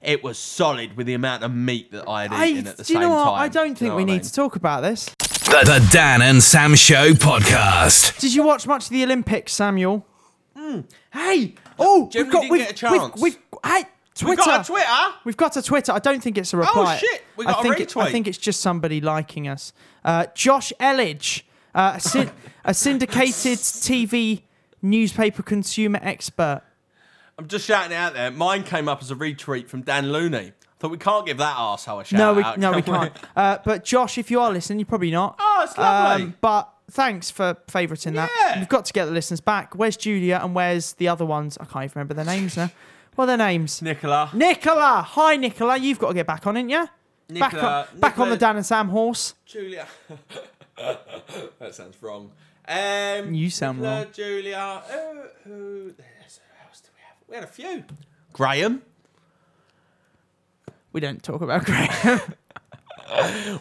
Speaker 1: It was solid with the amount of meat that I had eaten
Speaker 2: I-
Speaker 1: at the
Speaker 2: do you
Speaker 1: same
Speaker 2: know what?
Speaker 1: time.
Speaker 2: I don't
Speaker 1: Do you
Speaker 2: think
Speaker 1: know
Speaker 2: we
Speaker 1: what I
Speaker 2: need
Speaker 1: mean?
Speaker 2: to talk about this.
Speaker 3: The, the Dan and Sam Show Podcast.
Speaker 2: Did you watch much of the Olympics, Samuel? Hey, oh,
Speaker 1: Hmm. Jim,
Speaker 2: we've
Speaker 1: we
Speaker 2: got
Speaker 1: didn't
Speaker 2: we've,
Speaker 1: get a chance.
Speaker 2: We've, we've hey, Twitter.
Speaker 1: We got a Twitter.
Speaker 2: We've got a Twitter. I don't think it's a reply.
Speaker 1: shit, we
Speaker 2: I
Speaker 1: got a
Speaker 2: think it- I
Speaker 1: retweet.
Speaker 2: think it's just somebody liking us. Uh, Josh Elledge, uh, a, syn- a syndicated TV newspaper consumer expert.
Speaker 1: I'm just shouting it out there. Mine came up as a retweet from Dan Looney. Thought we can't give that arsehole a shout
Speaker 2: no, we
Speaker 1: out.
Speaker 2: no, we
Speaker 1: can
Speaker 2: can't. Uh, but Josh, if you are listening, you're probably not. Um,
Speaker 1: Oh, it's lovely.
Speaker 2: but thanks for favouriting that.
Speaker 1: Yeah.
Speaker 2: We've got to get the listeners back. Where's Julia and where's the other ones? I can't even remember their names now. What are their
Speaker 1: [LAUGHS]
Speaker 2: names?
Speaker 1: Nicola.
Speaker 2: Nicola. Hi, Nicola. You've got to get back on, ain't you? Back on,
Speaker 1: Nicola-
Speaker 2: back on the
Speaker 1: Nicola-
Speaker 2: Dan and Sam horse.
Speaker 1: Julia. [LAUGHS] that sounds wrong. Um,
Speaker 2: You sound
Speaker 1: Nicola,
Speaker 2: wrong.
Speaker 1: Julia. Who, who, there's- who else do we have? We had a few. Graham.
Speaker 2: We don't talk about Graham.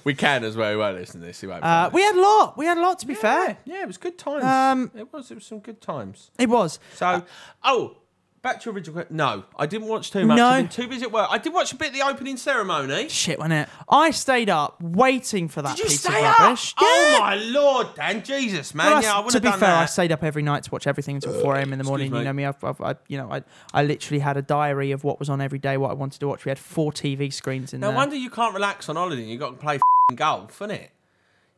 Speaker 1: We can as well. He won't listen to this. He won't.
Speaker 2: [LAUGHS] Uh, we had a lot. We had a lot, to be
Speaker 1: yeah,
Speaker 2: fair.
Speaker 1: yeah, it was good times.
Speaker 2: Um, Uh,
Speaker 1: it was. It was some good times.
Speaker 2: It was.
Speaker 1: So, oh, back to your original. que- No, I didn't watch too much.
Speaker 2: No.
Speaker 1: I've been too busy at work. I did watch a bit of the opening ceremony.
Speaker 2: Shit, wasn't it? I stayed up waiting for that
Speaker 1: Did you
Speaker 2: piece
Speaker 1: stay
Speaker 2: of
Speaker 1: up?
Speaker 2: rubbish.
Speaker 1: Oh
Speaker 2: Yeah.
Speaker 1: my lord, Dan, Jesus, man,
Speaker 2: Well, I-
Speaker 1: yeah, I would
Speaker 2: to
Speaker 1: have
Speaker 2: be
Speaker 1: done
Speaker 2: fair, I
Speaker 1: that.
Speaker 2: stayed up every night to watch everything until 4 a.m. in the morning.
Speaker 1: Excuse
Speaker 2: You know me, I've, I've, I, you know, I, I literally had a diary of what was on every day, what I wanted to watch. We had four TV screens in
Speaker 1: no
Speaker 2: there.
Speaker 1: wonder you can't relax on holiday. You got to play fing golf, innit?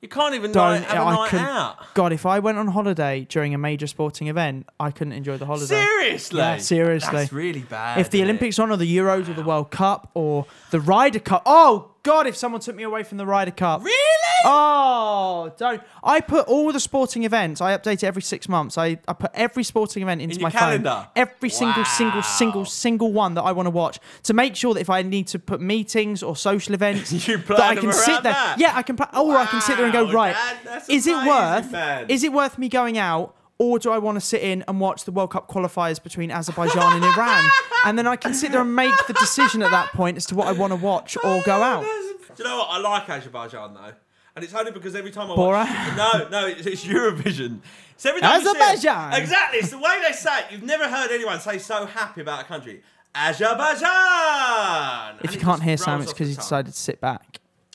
Speaker 1: You can't even
Speaker 2: Don't
Speaker 1: like, have a
Speaker 2: I
Speaker 1: night
Speaker 2: couldn't-
Speaker 1: out.
Speaker 2: God, if I went on holiday during a major sporting event, I couldn't enjoy the holiday.
Speaker 1: Seriously,
Speaker 2: Yeah, seriously.
Speaker 1: that's really bad.
Speaker 2: if the
Speaker 1: innit?
Speaker 2: Olympics on, or the Euros, or the World Cup, or the Ryder Cup. Oh God, if someone took me away from the Ryder Cup.
Speaker 1: really,
Speaker 2: Oh, don't! I put all the sporting events. I update it every six months. I, I put every sporting event into
Speaker 1: In your
Speaker 2: my phone.
Speaker 1: calendar?
Speaker 2: Every single, single,
Speaker 1: Wow.
Speaker 2: single, single one that I want to watch to make sure that if I need to put meetings or social events,
Speaker 1: [LAUGHS] You
Speaker 2: that I
Speaker 1: plan
Speaker 2: can
Speaker 1: them
Speaker 2: sit
Speaker 1: around
Speaker 2: there.
Speaker 1: that?
Speaker 2: Yeah, I can. Pl- or I can sit there and go
Speaker 1: Wow,
Speaker 2: right.
Speaker 1: Dad, that's
Speaker 2: is it
Speaker 1: amazing,
Speaker 2: worth?
Speaker 1: man.
Speaker 2: Is it worth me going out? Or do I want to sit in and watch the World Cup qualifiers between Azerbaijan and Iran? And then I can sit there and make the decision at that point as to what I want to watch or
Speaker 1: [LAUGHS] Oh,
Speaker 2: go out.
Speaker 1: That's- Do you know what? I like Azerbaijan though, and it's only because every time I
Speaker 2: Bora?
Speaker 1: watch [LAUGHS] no, no, it's, it's Eurovision. It's every time you see it-
Speaker 2: Azerbaijan.
Speaker 1: exactly. It's the way they say it. You've never heard anyone say so happy about a country. Azerbaijan.
Speaker 2: If you can't hear Sam, it's because he decided to sit back.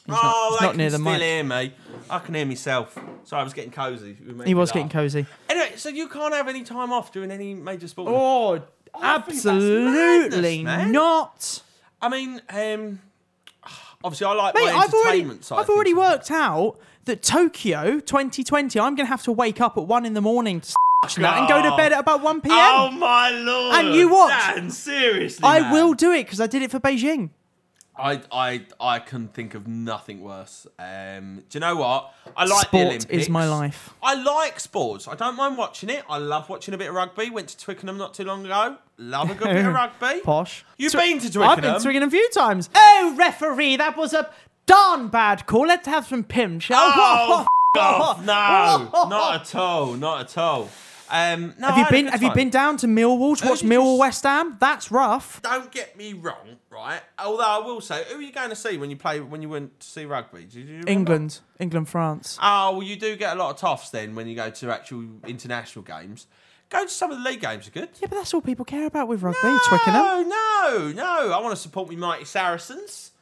Speaker 2: He's not,
Speaker 1: oh,
Speaker 2: he's
Speaker 1: they
Speaker 2: not
Speaker 1: can
Speaker 2: near the
Speaker 1: still
Speaker 2: mic.
Speaker 1: hear me. I can hear myself. Sorry, I was getting cozy. You made
Speaker 2: He
Speaker 1: me
Speaker 2: was
Speaker 1: laugh.
Speaker 2: getting cozy.
Speaker 1: Anyway, so you can't have any time off during any major sport.
Speaker 2: Oh, absolutely
Speaker 1: madness, man.
Speaker 2: not.
Speaker 1: I mean, um, obviously, I like
Speaker 2: Mate,
Speaker 1: my
Speaker 2: I've already,
Speaker 1: entertainment side. of
Speaker 2: I've
Speaker 1: things.
Speaker 2: already worked out that Tokyo 2020, I'm going to have to wake up at one in the morning to watch that and go to bed at about 1 p.m.
Speaker 1: Oh my lord!
Speaker 2: And you watch.
Speaker 1: Dan, seriously,
Speaker 2: I
Speaker 1: man.
Speaker 2: will do it because I did it for Beijing.
Speaker 1: I I I can think of nothing worse. Um, do you know what? I like the
Speaker 2: Sport
Speaker 1: Olympics.
Speaker 2: is my life.
Speaker 1: I like sports. I don't mind watching it. I love watching a bit of rugby. Went to Twickenham not too long ago. Love a good bit
Speaker 2: [LAUGHS]
Speaker 1: of rugby.
Speaker 2: Posh.
Speaker 1: You've
Speaker 2: Twi-
Speaker 1: been to Twickenham.
Speaker 2: I've been to Twickenham a few times. Oh, referee, that was a darn bad call. Let's have some pim,
Speaker 1: [LAUGHS]
Speaker 2: shall
Speaker 1: Oh, f- off. No, not [LAUGHS] at all. Not at all. Um, no,
Speaker 2: [LAUGHS] Have
Speaker 1: I
Speaker 2: you
Speaker 1: had a
Speaker 2: been?
Speaker 1: good
Speaker 2: Have you
Speaker 1: time.
Speaker 2: been down to Millwall to watch
Speaker 1: did you
Speaker 2: Millwall
Speaker 1: s-
Speaker 2: West Ham? That's rough.
Speaker 1: Don't get me wrong, right? Although I will say, who are you going to see when you play when you went to see rugby? Did you remember?
Speaker 2: England, England, France.
Speaker 1: Oh, well, you do get a lot of toffs then when you go to actual international games. Go to some of the league games are good.
Speaker 2: Yeah, but that's all people care about with rugby. Twickenham.
Speaker 1: No, no, no. I want to support me mighty Saracens.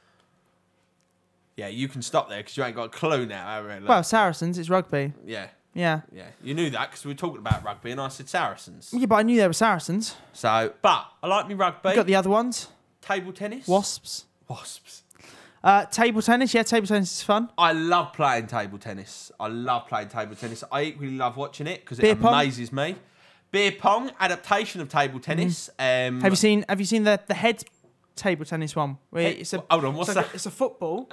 Speaker 1: Yeah, you can stop there because you ain't got a clue now. have you? Look,
Speaker 2: Well, Saracens. It's rugby.
Speaker 1: yeah,
Speaker 2: Yeah.
Speaker 1: yeah. You knew that because we were talking about rugby and I said Saracens.
Speaker 2: Yeah, but I knew there were Saracens.
Speaker 1: So, but I like me rugby.
Speaker 2: You got the other ones.
Speaker 1: table tennis.
Speaker 2: Wasps.
Speaker 1: Wasps.
Speaker 2: Uh, table tennis. Yeah, table tennis is fun.
Speaker 1: I love playing table tennis. I love playing table tennis. I equally love watching it because it
Speaker 2: Beer pong? Mm.
Speaker 1: amazes me. Beer pong adaptation of table tennis. Um,
Speaker 2: Have you seen? Have you seen the the head table tennis one? Where
Speaker 1: Hey,
Speaker 2: it's a
Speaker 1: hold on, what's
Speaker 2: it's like-
Speaker 1: that?
Speaker 2: it's a football.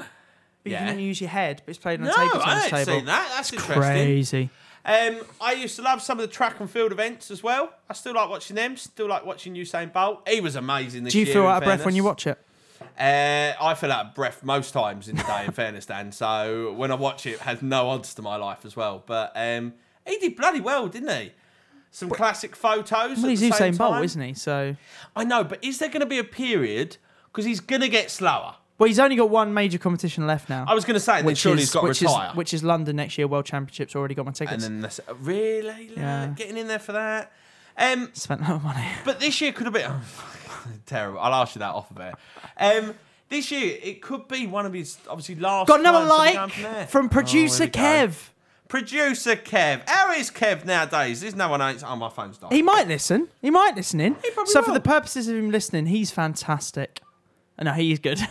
Speaker 2: But
Speaker 1: Yeah.
Speaker 2: You can use your head, but it's played on
Speaker 1: No,
Speaker 2: a table tennis
Speaker 1: I ain't
Speaker 2: table.
Speaker 1: seen that. That's interesting.
Speaker 2: Crazy.
Speaker 1: Um, I used to love some of the track and field events as well. I still like watching them. Still like watching Usain Bolt. He was amazing this
Speaker 2: Do you
Speaker 1: year,
Speaker 2: feel
Speaker 1: in
Speaker 2: out of breath when
Speaker 1: fairness.
Speaker 2: you watch it?
Speaker 1: Uh, I feel out of breath most times in the day,
Speaker 2: [LAUGHS]
Speaker 1: in fairness, Dan. So when I watch it, it has no odds to my life as well. But um, he did bloody well, didn't he? Some classic photos.
Speaker 2: Well,
Speaker 1: at
Speaker 2: he's
Speaker 1: the same
Speaker 2: Usain Bolt,
Speaker 1: time.
Speaker 2: isn't he? So,
Speaker 1: I know, but is there going to be a period? Because he's going to get slower.
Speaker 2: well, he's only got one major competition left now.
Speaker 1: I was going to say, and then Oh, surely he's got to
Speaker 2: which
Speaker 1: retire.
Speaker 2: Is, which is London next year World Championships. Already got my
Speaker 1: and
Speaker 2: tickets.
Speaker 1: then that's, really Look,
Speaker 2: Yeah.
Speaker 1: getting in there for that. Um,
Speaker 2: Spent a lot of money.
Speaker 1: but this year could have been [LAUGHS] terrible. I'll ask you that off a bit. Um, this year it could be one of his obviously last.
Speaker 2: Got another
Speaker 1: times that we've done there.
Speaker 2: like from producer
Speaker 1: Oh, here we go.
Speaker 2: Kev.
Speaker 1: Producer Kev. How is Kev nowadays? There's no one else. Oh, my phone's dying.
Speaker 2: He might listen. He might listen in.
Speaker 1: probably
Speaker 2: so, for
Speaker 1: will. Uh,
Speaker 2: the purposes of him listening, he's fantastic. No, he's
Speaker 1: [LAUGHS]
Speaker 2: good.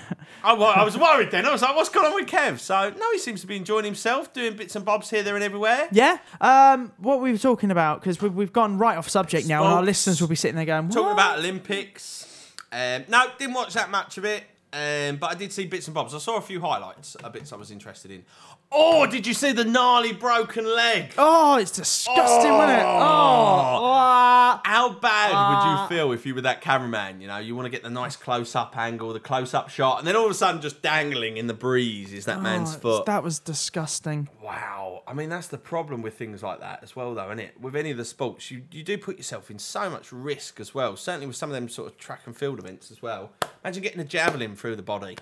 Speaker 1: I, wa- I was worried then. I was like, what's going on with Kev? So, no, he seems to be enjoying himself, doing bits and bobs here, there, and everywhere.
Speaker 2: yeah. Um, what we were talking about because we, we've gone right off subject now, and our
Speaker 1: Sports.
Speaker 2: listeners will be sitting there going,
Speaker 1: Talking
Speaker 2: "What?"
Speaker 1: about Olympics. Um, no, didn't watch that much of it. Um, but I did see bits and bobs. I saw a few highlights, uh, bits I was interested in. Oh, did you see the gnarly broken leg?
Speaker 2: Oh, it's disgusting, wasn't it? Oh, ah.
Speaker 1: How bad would you feel if you were that cameraman? You know, you want to get the nice close up angle, the close up shot, and then all of a sudden, just dangling in the breeze is that man's
Speaker 2: Oh,
Speaker 1: foot.
Speaker 2: That was disgusting.
Speaker 1: Wow. I mean, that's the problem with things like that as well, though, isn't it? With any of the sports, you, you do put yourself in so much risk as well. Certainly with some of them sort of track and field events as well. Imagine getting a javelin through the body.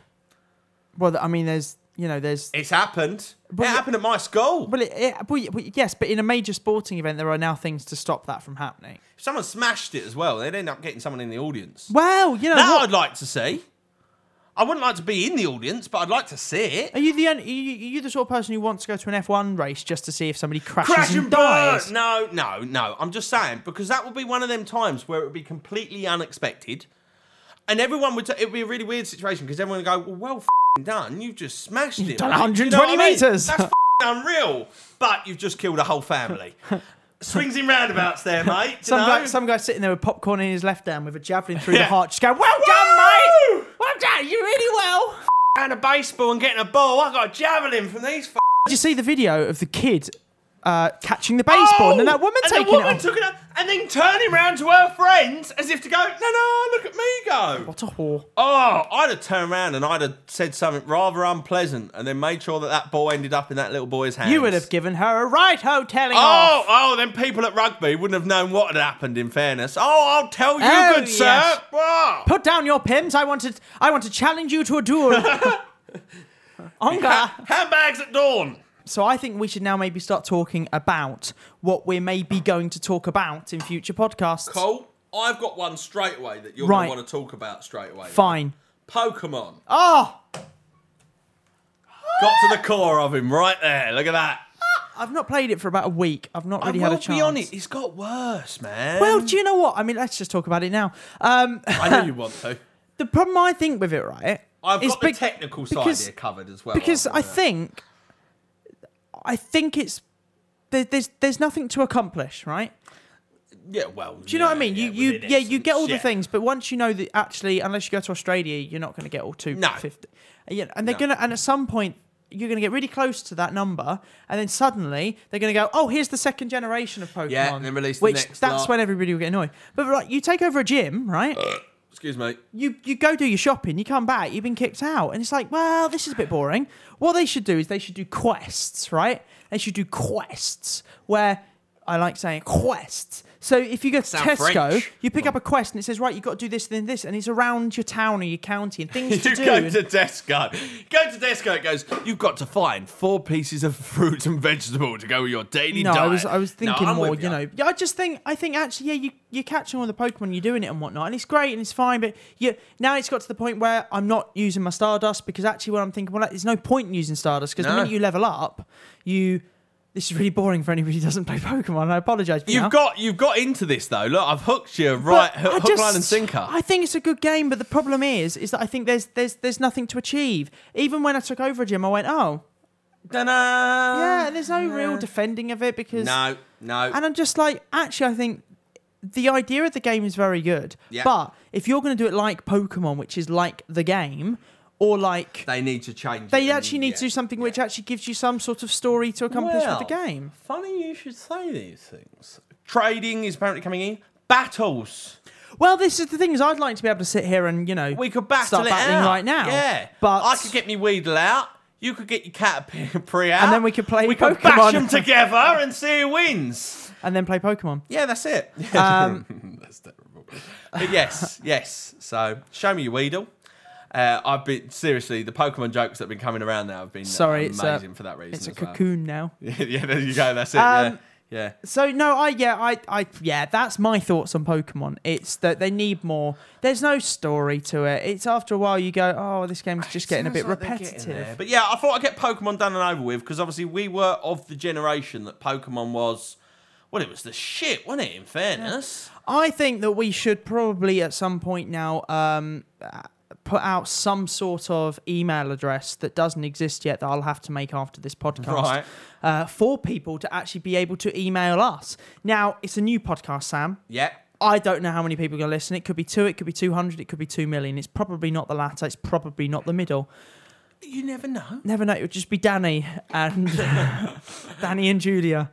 Speaker 2: Well, th- I mean, there's, you know, there's.
Speaker 1: It's happened.
Speaker 2: But-
Speaker 1: it happened at my school.
Speaker 2: Well, it, it, well, y- well, yes, but in a major sporting event, there are now things to stop that from happening.
Speaker 1: If someone smashed it as well, they'd end up getting someone in the audience.
Speaker 2: Well, you know,
Speaker 1: That
Speaker 2: what-
Speaker 1: I'd like to see. I wouldn't like to be in the audience, but I'd like to see it.
Speaker 2: are you the only, are you, are you the sort of person who wants to go to an F1 race just to see if somebody crashes
Speaker 1: Crash and burn!
Speaker 2: dies?
Speaker 1: No, no, no. I'm just saying because that would be one of them times where it would be completely unexpected, and everyone would. T- it would be a really weird situation because everyone would go, "Well, well, f***ing done. You've just smashed it.
Speaker 2: done
Speaker 1: mate."
Speaker 2: 120
Speaker 1: what I mean?
Speaker 2: metres.
Speaker 1: That's f***ing unreal. But you've just killed a whole family.
Speaker 2: [LAUGHS]
Speaker 1: Swings and roundabouts, there, mate. you
Speaker 2: Some guy,
Speaker 1: know?
Speaker 2: some guy sitting there with popcorn in his left hand with a javelin through the
Speaker 1: Yeah.
Speaker 2: heart, just going, "Well done,
Speaker 1: Woo!
Speaker 2: mate! Well done, you really well." [LAUGHS]
Speaker 1: and a baseball and getting a ball. I got a javelin from these. F-
Speaker 2: Did you see the video of the kid uh, catching the baseball and then that woman
Speaker 1: Oh, and
Speaker 2: taking
Speaker 1: the woman
Speaker 2: it? off?
Speaker 1: took it up and then turning round to her friends as if to go, "No, no, look at me go."
Speaker 2: what a whore!
Speaker 1: Oh, I'd have turned around and I'd have said something rather unpleasant and then made sure that that ball ended up in that little boy's hands.
Speaker 2: You would have given her a right ho telling
Speaker 1: Oh,
Speaker 2: off.
Speaker 1: oh, then people at rugby wouldn't have known what had happened, in fairness. Oh, I'll tell you,
Speaker 2: Oh,
Speaker 1: good
Speaker 2: yes.
Speaker 1: sir. Oh.
Speaker 2: Put down your pims. I want to. I want to challenge you to
Speaker 1: [LAUGHS]
Speaker 2: a duel. Onga.
Speaker 1: Handbags at dawn.
Speaker 2: So I think we should now maybe start talking about what we're maybe going to talk about in future podcasts.
Speaker 1: Cole, I've got one straight away that you're
Speaker 2: Right.
Speaker 1: going to want to talk about straight away.
Speaker 2: Fine.
Speaker 1: Pokemon.
Speaker 2: Oh,
Speaker 1: Got to the core of him right there. Look at that.
Speaker 2: I've not played it for about a week. I've not really
Speaker 1: I
Speaker 2: had
Speaker 1: will
Speaker 2: a chance.
Speaker 1: be honest, it's got worse, man.
Speaker 2: Well, do you know what? I mean, let's just talk about it now. Um,
Speaker 1: I knew you want to.
Speaker 2: the problem I think with it, right?
Speaker 1: I've
Speaker 2: is
Speaker 1: got the
Speaker 2: bec-
Speaker 1: technical side
Speaker 2: because-
Speaker 1: here covered as well.
Speaker 2: because
Speaker 1: after
Speaker 2: I
Speaker 1: that.
Speaker 2: think I think it's there, there's there's nothing to accomplish, right?
Speaker 1: Yeah, well.
Speaker 2: Do you know what I mean? You, you, yeah, you get all the things, but once you know that actually, unless you go to Australia, you're not going to get all two
Speaker 1: No.
Speaker 2: fifty. Yeah, and they're
Speaker 1: No.
Speaker 2: gonna, and at some point, you're going to get really close to that number, and then suddenly they're going to go, oh, here's the second generation of Pokemon.
Speaker 1: Yeah, and then release the
Speaker 2: which
Speaker 1: next
Speaker 2: that's
Speaker 1: lot.
Speaker 2: when everybody will get annoyed. But right, you take over a gym, right?
Speaker 1: Excuse me.
Speaker 2: you you go do your shopping, you come back, you've been kicked out, and it's like, well, this is a bit boring. What they should do is they should do quests, right? They should do quests where I like saying quests. So if you go to
Speaker 1: Sound
Speaker 2: Tesco,
Speaker 1: French.
Speaker 2: you pick up a quest and it says, right, you've got to do this, then this, and it's around your town or your county
Speaker 1: [LAUGHS]
Speaker 2: and things to
Speaker 1: You
Speaker 2: do.
Speaker 1: go
Speaker 2: and-
Speaker 1: to Tesco. Go to Tesco. It goes. You've got to find four pieces of fruit and vegetable to go with your daily
Speaker 2: no,
Speaker 1: diet.
Speaker 2: I was I was
Speaker 1: No,
Speaker 2: thinking
Speaker 1: I'm
Speaker 2: more,
Speaker 1: with
Speaker 2: you. know. Yeah, I just think I think actually, yeah, you you're catching all the Pokemon, you're doing it and whatnot, and it's great and it's fine. But yeah, now it's got to the point where I'm not using my Stardust because actually, what I'm thinking, well, there's no point in using Stardust because
Speaker 1: No.
Speaker 2: the minute you level up, you this is really boring for anybody who doesn't play [LAUGHS] Pokemon. and I apologize.
Speaker 1: You've got you've got into this though. Look, I've hooked you right,
Speaker 2: But I
Speaker 1: hook,
Speaker 2: just-
Speaker 1: line, and sinker.
Speaker 2: I think it's a good game, but the problem is, is that I think there's there's there's nothing to achieve. Even when I took over a gym, I went, oh
Speaker 1: Ta-da!
Speaker 2: yeah, and there's no real defending of it because
Speaker 1: No, no.
Speaker 2: And I'm just like, actually, I think the idea of the game is very good.
Speaker 1: Yeah.
Speaker 2: But if you're going to do it like Pokemon, which is like the game, or like.
Speaker 1: they need to change.
Speaker 2: They actually need to do something which actually gives you some sort of story to accomplish with the
Speaker 1: Well,
Speaker 2: game.
Speaker 1: Funny you should say these things. Trading is apparently coming in. Battles.
Speaker 2: Well, this is the thing is I'd like to be able to sit here and you know
Speaker 1: We could battle
Speaker 2: start
Speaker 1: it
Speaker 2: battling
Speaker 1: out.
Speaker 2: right now.
Speaker 1: Yeah,
Speaker 2: but
Speaker 1: I could get me Weedle out. You could get your [LAUGHS] Caterpie out.
Speaker 2: And then we could play
Speaker 1: We could bash
Speaker 2: Pokemon.
Speaker 1: them together and see who wins.
Speaker 2: and then play Pokemon.
Speaker 1: Yeah, that's
Speaker 2: [LAUGHS]
Speaker 1: it.
Speaker 2: Um,
Speaker 1: [LAUGHS] that's terrible. But yes, yes. So show me your Weedle. Uh, I've been seriously the Pokemon jokes that have been coming around now have been uh,
Speaker 2: Sorry, it's a-
Speaker 1: amazing for that reason.
Speaker 2: It's a
Speaker 1: as well.
Speaker 2: cocoon now.
Speaker 1: [LAUGHS] yeah, there you go. That's it.
Speaker 2: Um,
Speaker 1: yeah, yeah.
Speaker 2: So no, I yeah, I I yeah, that's my thoughts on Pokemon. It's that they need more. There's no story to it. It's after a while you go, oh, this game's just getting a bit repetitive.
Speaker 1: But yeah, I thought I'd get Pokemon done and over with because obviously we were of the generation that Pokemon was. Well, it was the shit, wasn't it? In fairness,
Speaker 2: I think that we should probably at some point now um, uh, put out some sort of email address that doesn't exist yet that I'll have to make after this podcast
Speaker 1: Right.
Speaker 2: uh, for people to actually be able to email us. Now it's a new podcast, Sam.
Speaker 1: yeah.
Speaker 2: I don't know how many people are going to listen. It could be two, it could be 200, it could be 2 million. It's probably not the latter, it's probably not the middle.
Speaker 1: You never know.
Speaker 2: Never know, it would just be Danny
Speaker 1: [LAUGHS]
Speaker 2: and Danny and Julia.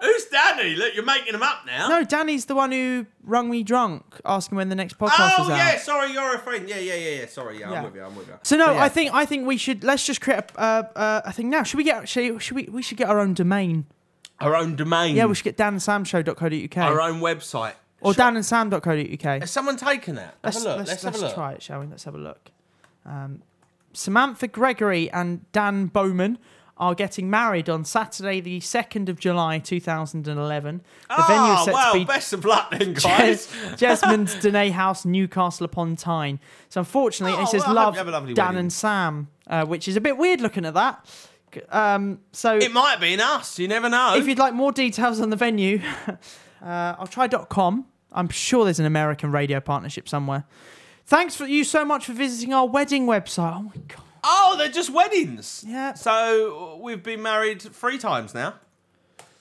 Speaker 1: Who's Danny? Look, you're making him up now.
Speaker 2: No, Danny's the one who rung me drunk asking when the next podcast
Speaker 1: oh
Speaker 2: was out.
Speaker 1: yeah, sorry, you're a friend. Yeah, yeah, yeah, yeah. Sorry, yeah,
Speaker 2: Yeah.
Speaker 1: I'm with you. I'm with you.
Speaker 2: So no,
Speaker 1: But yeah.
Speaker 2: I think I think we should let's just create a, uh, uh, a thing now. Should we get should, should we we should get our own domain?
Speaker 1: our own domain.
Speaker 2: Yeah, we should get danandsamshow.co.uk
Speaker 1: our own website.
Speaker 2: or
Speaker 1: Sh-
Speaker 2: danandsam.co.uk.
Speaker 1: Has someone taken that? Have
Speaker 2: Let's
Speaker 1: a look.
Speaker 2: let's,
Speaker 1: Let's,
Speaker 2: let's,
Speaker 1: have a look.
Speaker 2: try it, shall we? Let's have a look. Um, Samantha Gregory and Dan Bowman are getting married on Saturday, the second of July, two thousand and eleven. The venue
Speaker 1: Ah,
Speaker 2: is set
Speaker 1: well,
Speaker 2: to be
Speaker 1: best of luck then, guys.
Speaker 2: [LAUGHS] Jes- Jesmond's Dene House, Newcastle upon Tyne. So unfortunately,
Speaker 1: Oh,
Speaker 2: it says
Speaker 1: well, I hope
Speaker 2: love
Speaker 1: you have a lovely
Speaker 2: Dan
Speaker 1: wedding.
Speaker 2: and Sam, uh, which is a bit weird looking at that. C- Um, so
Speaker 1: It might have been us. You never know.
Speaker 2: if you'd like more details on the venue, [LAUGHS] uh, I'll try.com. I'm sure there's an American radio partnership somewhere. Thanks for you so much for visiting our wedding website. Oh my god.
Speaker 1: oh, they're just weddings.
Speaker 2: Yeah.
Speaker 1: So we've been married three times now.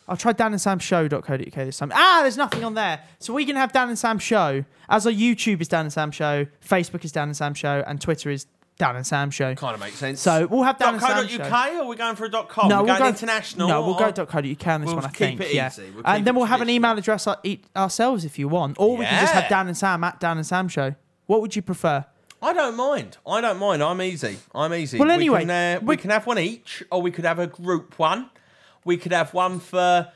Speaker 2: I'll try Dan and Sam Show.co.uk this time. Ah, there's nothing on there. So we can have Dan and Sam Show. As our YouTube is Dan and Sam Show, Facebook is Dan and Sam Show, and Twitter is Dan and Sam Show.
Speaker 1: Kind of makes sense.
Speaker 2: So we'll have
Speaker 1: dot
Speaker 2: Dan and
Speaker 1: co
Speaker 2: Sam
Speaker 1: dot
Speaker 2: Show.
Speaker 1: UK or we're going for a dot com? we're
Speaker 2: we'll
Speaker 1: going
Speaker 2: go-
Speaker 1: international.
Speaker 2: No, we'll
Speaker 1: or-
Speaker 2: go .co.uk on this
Speaker 1: We'll
Speaker 2: one. I
Speaker 1: keep
Speaker 2: think.
Speaker 1: it
Speaker 2: yeah.
Speaker 1: easy. We'll keep
Speaker 2: and then
Speaker 1: it
Speaker 2: we'll have an email address our, e- ourselves if you want, or we can just have
Speaker 1: Yeah.
Speaker 2: Dan and Sam at Dan and Sam Show. What would you prefer?
Speaker 1: I don't mind. I don't mind. I'm easy. I'm easy.
Speaker 2: Well,
Speaker 1: We
Speaker 2: anyway,
Speaker 1: can, uh, we,
Speaker 2: we-
Speaker 1: can have one each, or we could have a group one. We could have one for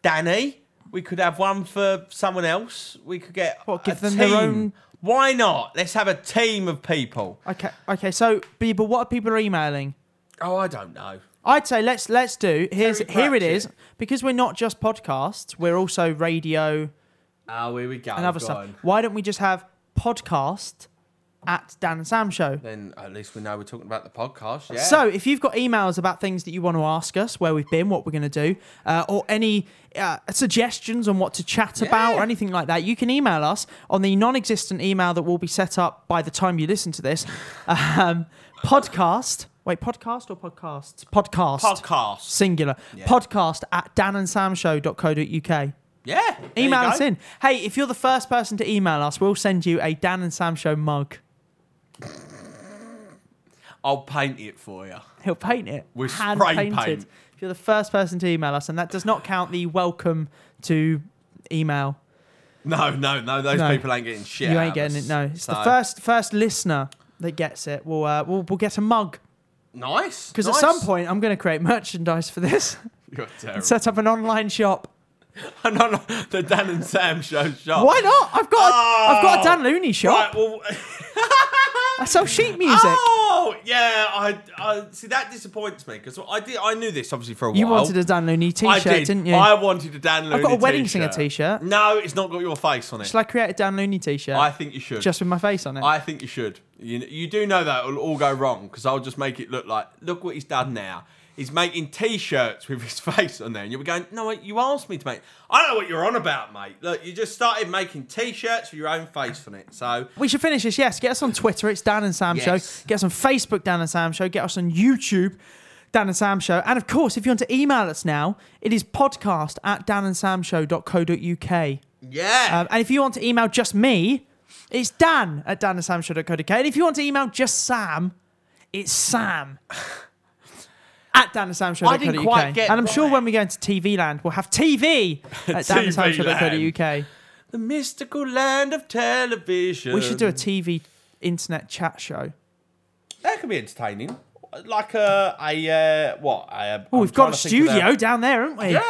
Speaker 1: Danny. We could have one for someone else. We could get
Speaker 2: What,
Speaker 1: a
Speaker 2: give them
Speaker 1: team.
Speaker 2: their own-
Speaker 1: Why not? Let's have a team of people.
Speaker 2: Okay, okay. So, B, but what are people emailing?
Speaker 1: Oh, I don't know.
Speaker 2: I'd say let's let's do here's
Speaker 1: Terry
Speaker 2: here it
Speaker 1: Pratchett.
Speaker 2: is because we're not just podcasts, we're also radio
Speaker 1: Oh, here we go.
Speaker 2: and other
Speaker 1: Go
Speaker 2: stuff.
Speaker 1: on.
Speaker 2: Why don't we just have podcast at Dan and Sam Show?
Speaker 1: Then at least we know we're talking about the podcast. Yeah.
Speaker 2: So, if you've got emails about things that you want to ask us, where we've been, what we're going to do, uh, or any uh, suggestions on what to chat about or anything like that, you can email us on the non existent email that will be set up by the time you listen to this [LAUGHS] um, podcast. Wait, podcast or podcasts? Podcast.
Speaker 1: podcast.
Speaker 2: singular. Podcast at danandsamshow.co.uk.
Speaker 1: Yeah. there you
Speaker 2: Email us
Speaker 1: go.
Speaker 2: in. Hey, if you're the first person to email us, we'll send you a Dan and Sam Show mug.
Speaker 1: I'll paint it for you.
Speaker 2: He'll paint it.
Speaker 1: With
Speaker 2: hand
Speaker 1: spray
Speaker 2: painted.
Speaker 1: paint.
Speaker 2: If you're the first person to email us, and that does not count the welcome to email.
Speaker 1: [LAUGHS] No, no, no. Those
Speaker 2: No.
Speaker 1: people ain't getting shit.
Speaker 2: you
Speaker 1: out
Speaker 2: ain't
Speaker 1: of
Speaker 2: getting
Speaker 1: us.
Speaker 2: it. No, it's the
Speaker 1: So-
Speaker 2: first first listener that gets it. We'll uh, we'll, we'll get a mug
Speaker 1: Nice.
Speaker 2: because
Speaker 1: nice.
Speaker 2: at some point I'm going to create merchandise for this. [LAUGHS]
Speaker 1: You're terrible.
Speaker 2: Set up an online shop.
Speaker 1: [LAUGHS] no, no, the Dan and Sam show shop.
Speaker 2: Why not? I've got a, I've got a
Speaker 1: Oh,
Speaker 2: Dan Looney
Speaker 1: Right,
Speaker 2: shop.
Speaker 1: well, [LAUGHS]
Speaker 2: I sell sheet music.
Speaker 1: oh yeah, I, I see that disappoints me because I did I knew this obviously for a
Speaker 2: you
Speaker 1: while.
Speaker 2: wanted a Dan Looney
Speaker 1: Oh, I
Speaker 2: T-shirt,
Speaker 1: did.
Speaker 2: not you?
Speaker 1: I wanted a Dan Looney.
Speaker 2: got a wedding singer
Speaker 1: t-shirt.
Speaker 2: t-shirt.
Speaker 1: No, it's not got your face on it.
Speaker 2: Shall I create a Dan Looney T-shirt
Speaker 1: I think you should.
Speaker 2: just with my face on it?
Speaker 1: I think you should. You, you do know that it'll all go wrong because I'll just make it look like look what he's done now. He's making T-shirts with his [LAUGHS] face on there, and you'll be going, "No, wait, you asked me to make." I know what you're on about, mate. Look, you just started making T-shirts with your own face on it. So
Speaker 2: we should finish this. Yes, get us on Twitter. It's Dan and Sam
Speaker 1: Yes.
Speaker 2: Show. Get us on Facebook, Dan and Sam Show. Get us on YouTube, Dan and Sam Show. And of course, if you want to email us now, it is podcast at danandsamshow.co.uk.
Speaker 1: yeah,
Speaker 2: Um, and if you want to email just me, it's dan at danandsamshow.co.uk. And if you want to email just Sam, it's sam [LAUGHS] at danandsamshow.co.uk.
Speaker 1: I didn't quite get
Speaker 2: and I'm sure
Speaker 1: why.
Speaker 2: when we go into TV land, we'll have TV
Speaker 1: [LAUGHS]
Speaker 2: at
Speaker 1: TV
Speaker 2: danandsamshow.co.uk.
Speaker 1: the mystical land of television.
Speaker 2: We should do a TV internet chat show.
Speaker 1: That could be entertaining, like a a uh, what? A,
Speaker 2: Oh, we've got a studio down there, haven't we?
Speaker 1: Yeah,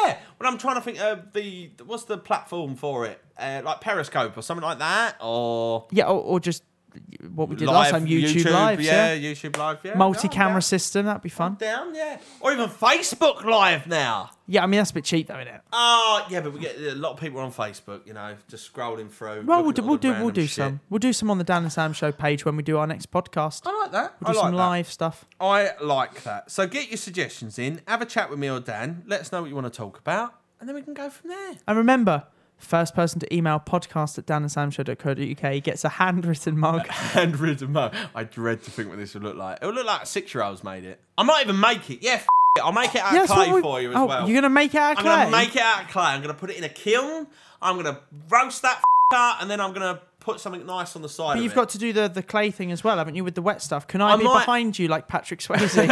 Speaker 1: well, I'm trying to think of the what's the platform for it, uh, like Periscope or something like that, or
Speaker 2: Yeah, or, or just what we did last time, YouTube, Live. Yeah.
Speaker 1: YouTube Live, yeah,
Speaker 2: Multi-camera
Speaker 1: Yeah,
Speaker 2: system, that'd be fun.
Speaker 1: down, yeah, or even Facebook Live now.
Speaker 2: Yeah, I mean that's a bit cheap though, isn't it?
Speaker 1: Oh, yeah, but we get a lot of people on Facebook, you know, just scrolling through.
Speaker 2: Well, we'll
Speaker 1: looking
Speaker 2: do
Speaker 1: at all
Speaker 2: we'll
Speaker 1: the
Speaker 2: do, we'll
Speaker 1: random
Speaker 2: do
Speaker 1: shit.
Speaker 2: some. We'll do some on the Dan and Sam Show page when we do our next podcast.
Speaker 1: I like that.
Speaker 2: We'll do
Speaker 1: I like that.
Speaker 2: some live stuff.
Speaker 1: I like that. So get your suggestions in. Have a chat with me or Dan. Let us know what you want to talk about, and then we can go from there. [LAUGHS]
Speaker 2: And remember, first person to email podcast at danandsamshow.co.uk gets a handwritten mug.
Speaker 1: handwritten mug. I dread to think what this would look like. It would look like six year olds made it. I might even make it. Yeah, f- it. I'll make it out
Speaker 2: Yeah,
Speaker 1: of
Speaker 2: that's what
Speaker 1: clay
Speaker 2: we-
Speaker 1: for you as
Speaker 2: oh,
Speaker 1: well.
Speaker 2: You're gonna make it out of
Speaker 1: I'm
Speaker 2: clay.
Speaker 1: gonna make it out of clay. I'm gonna put it in a kiln. I'm gonna roast that [LAUGHS] f- out, and then I'm gonna put something nice on the side.
Speaker 2: But
Speaker 1: of
Speaker 2: you've
Speaker 1: it.
Speaker 2: got to do the, the clay thing as well, haven't you, with the wet stuff? Can I,
Speaker 1: I
Speaker 2: be
Speaker 1: might-
Speaker 2: behind you
Speaker 1: [LAUGHS]
Speaker 2: like Patrick Swayze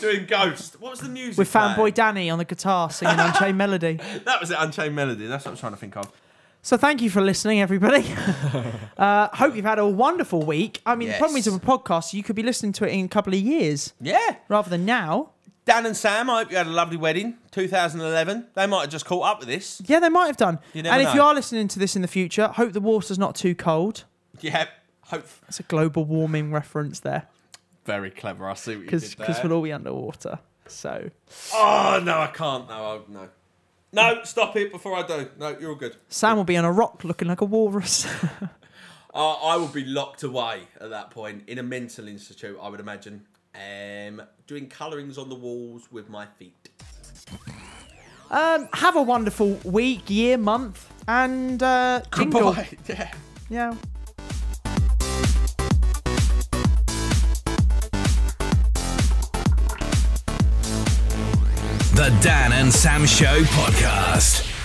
Speaker 1: doing Ghost. What was the music? [LAUGHS]
Speaker 2: with Fanboy
Speaker 1: playing?
Speaker 2: Danny on the guitar singing Unchained Melody?
Speaker 1: That was it. Unchained Melody. That's what I'm trying to think of.
Speaker 2: So thank you for
Speaker 1: [LAUGHS]
Speaker 2: listening, everybody. uh, hope you've had a wonderful week. I mean, the problem is
Speaker 1: Yes.
Speaker 2: with a podcast, you could be listening to it in a couple of years
Speaker 1: Yeah.
Speaker 2: rather than now.
Speaker 1: Dan and Sam. I hope you had a lovely wedding. 2011. They might have just caught up with this.
Speaker 2: Yeah, they might have done.
Speaker 1: You never
Speaker 2: and if you
Speaker 1: know.
Speaker 2: are listening to this in the future, hope the water's not too cold.
Speaker 1: Yeah. Hope.
Speaker 2: That's a global warming reference there,
Speaker 1: Very clever. I see what you
Speaker 2: because
Speaker 1: did there.
Speaker 2: we'll all be underwater. So
Speaker 1: Oh no, I can't. No, I'll, no, no. Stop it before I do. No, you're all good.
Speaker 2: Sam will be on a rock looking like a walrus. [LAUGHS]
Speaker 1: I I will be locked away at that point in a mental institute, I would imagine, um, doing colourings on the walls with my feet.
Speaker 2: um, have a wonderful week, year, month, and uh,
Speaker 1: [LAUGHS]
Speaker 2: jingle.
Speaker 1: Yeah.
Speaker 2: Yeah.
Speaker 3: The Dan and Sam Show Podcast.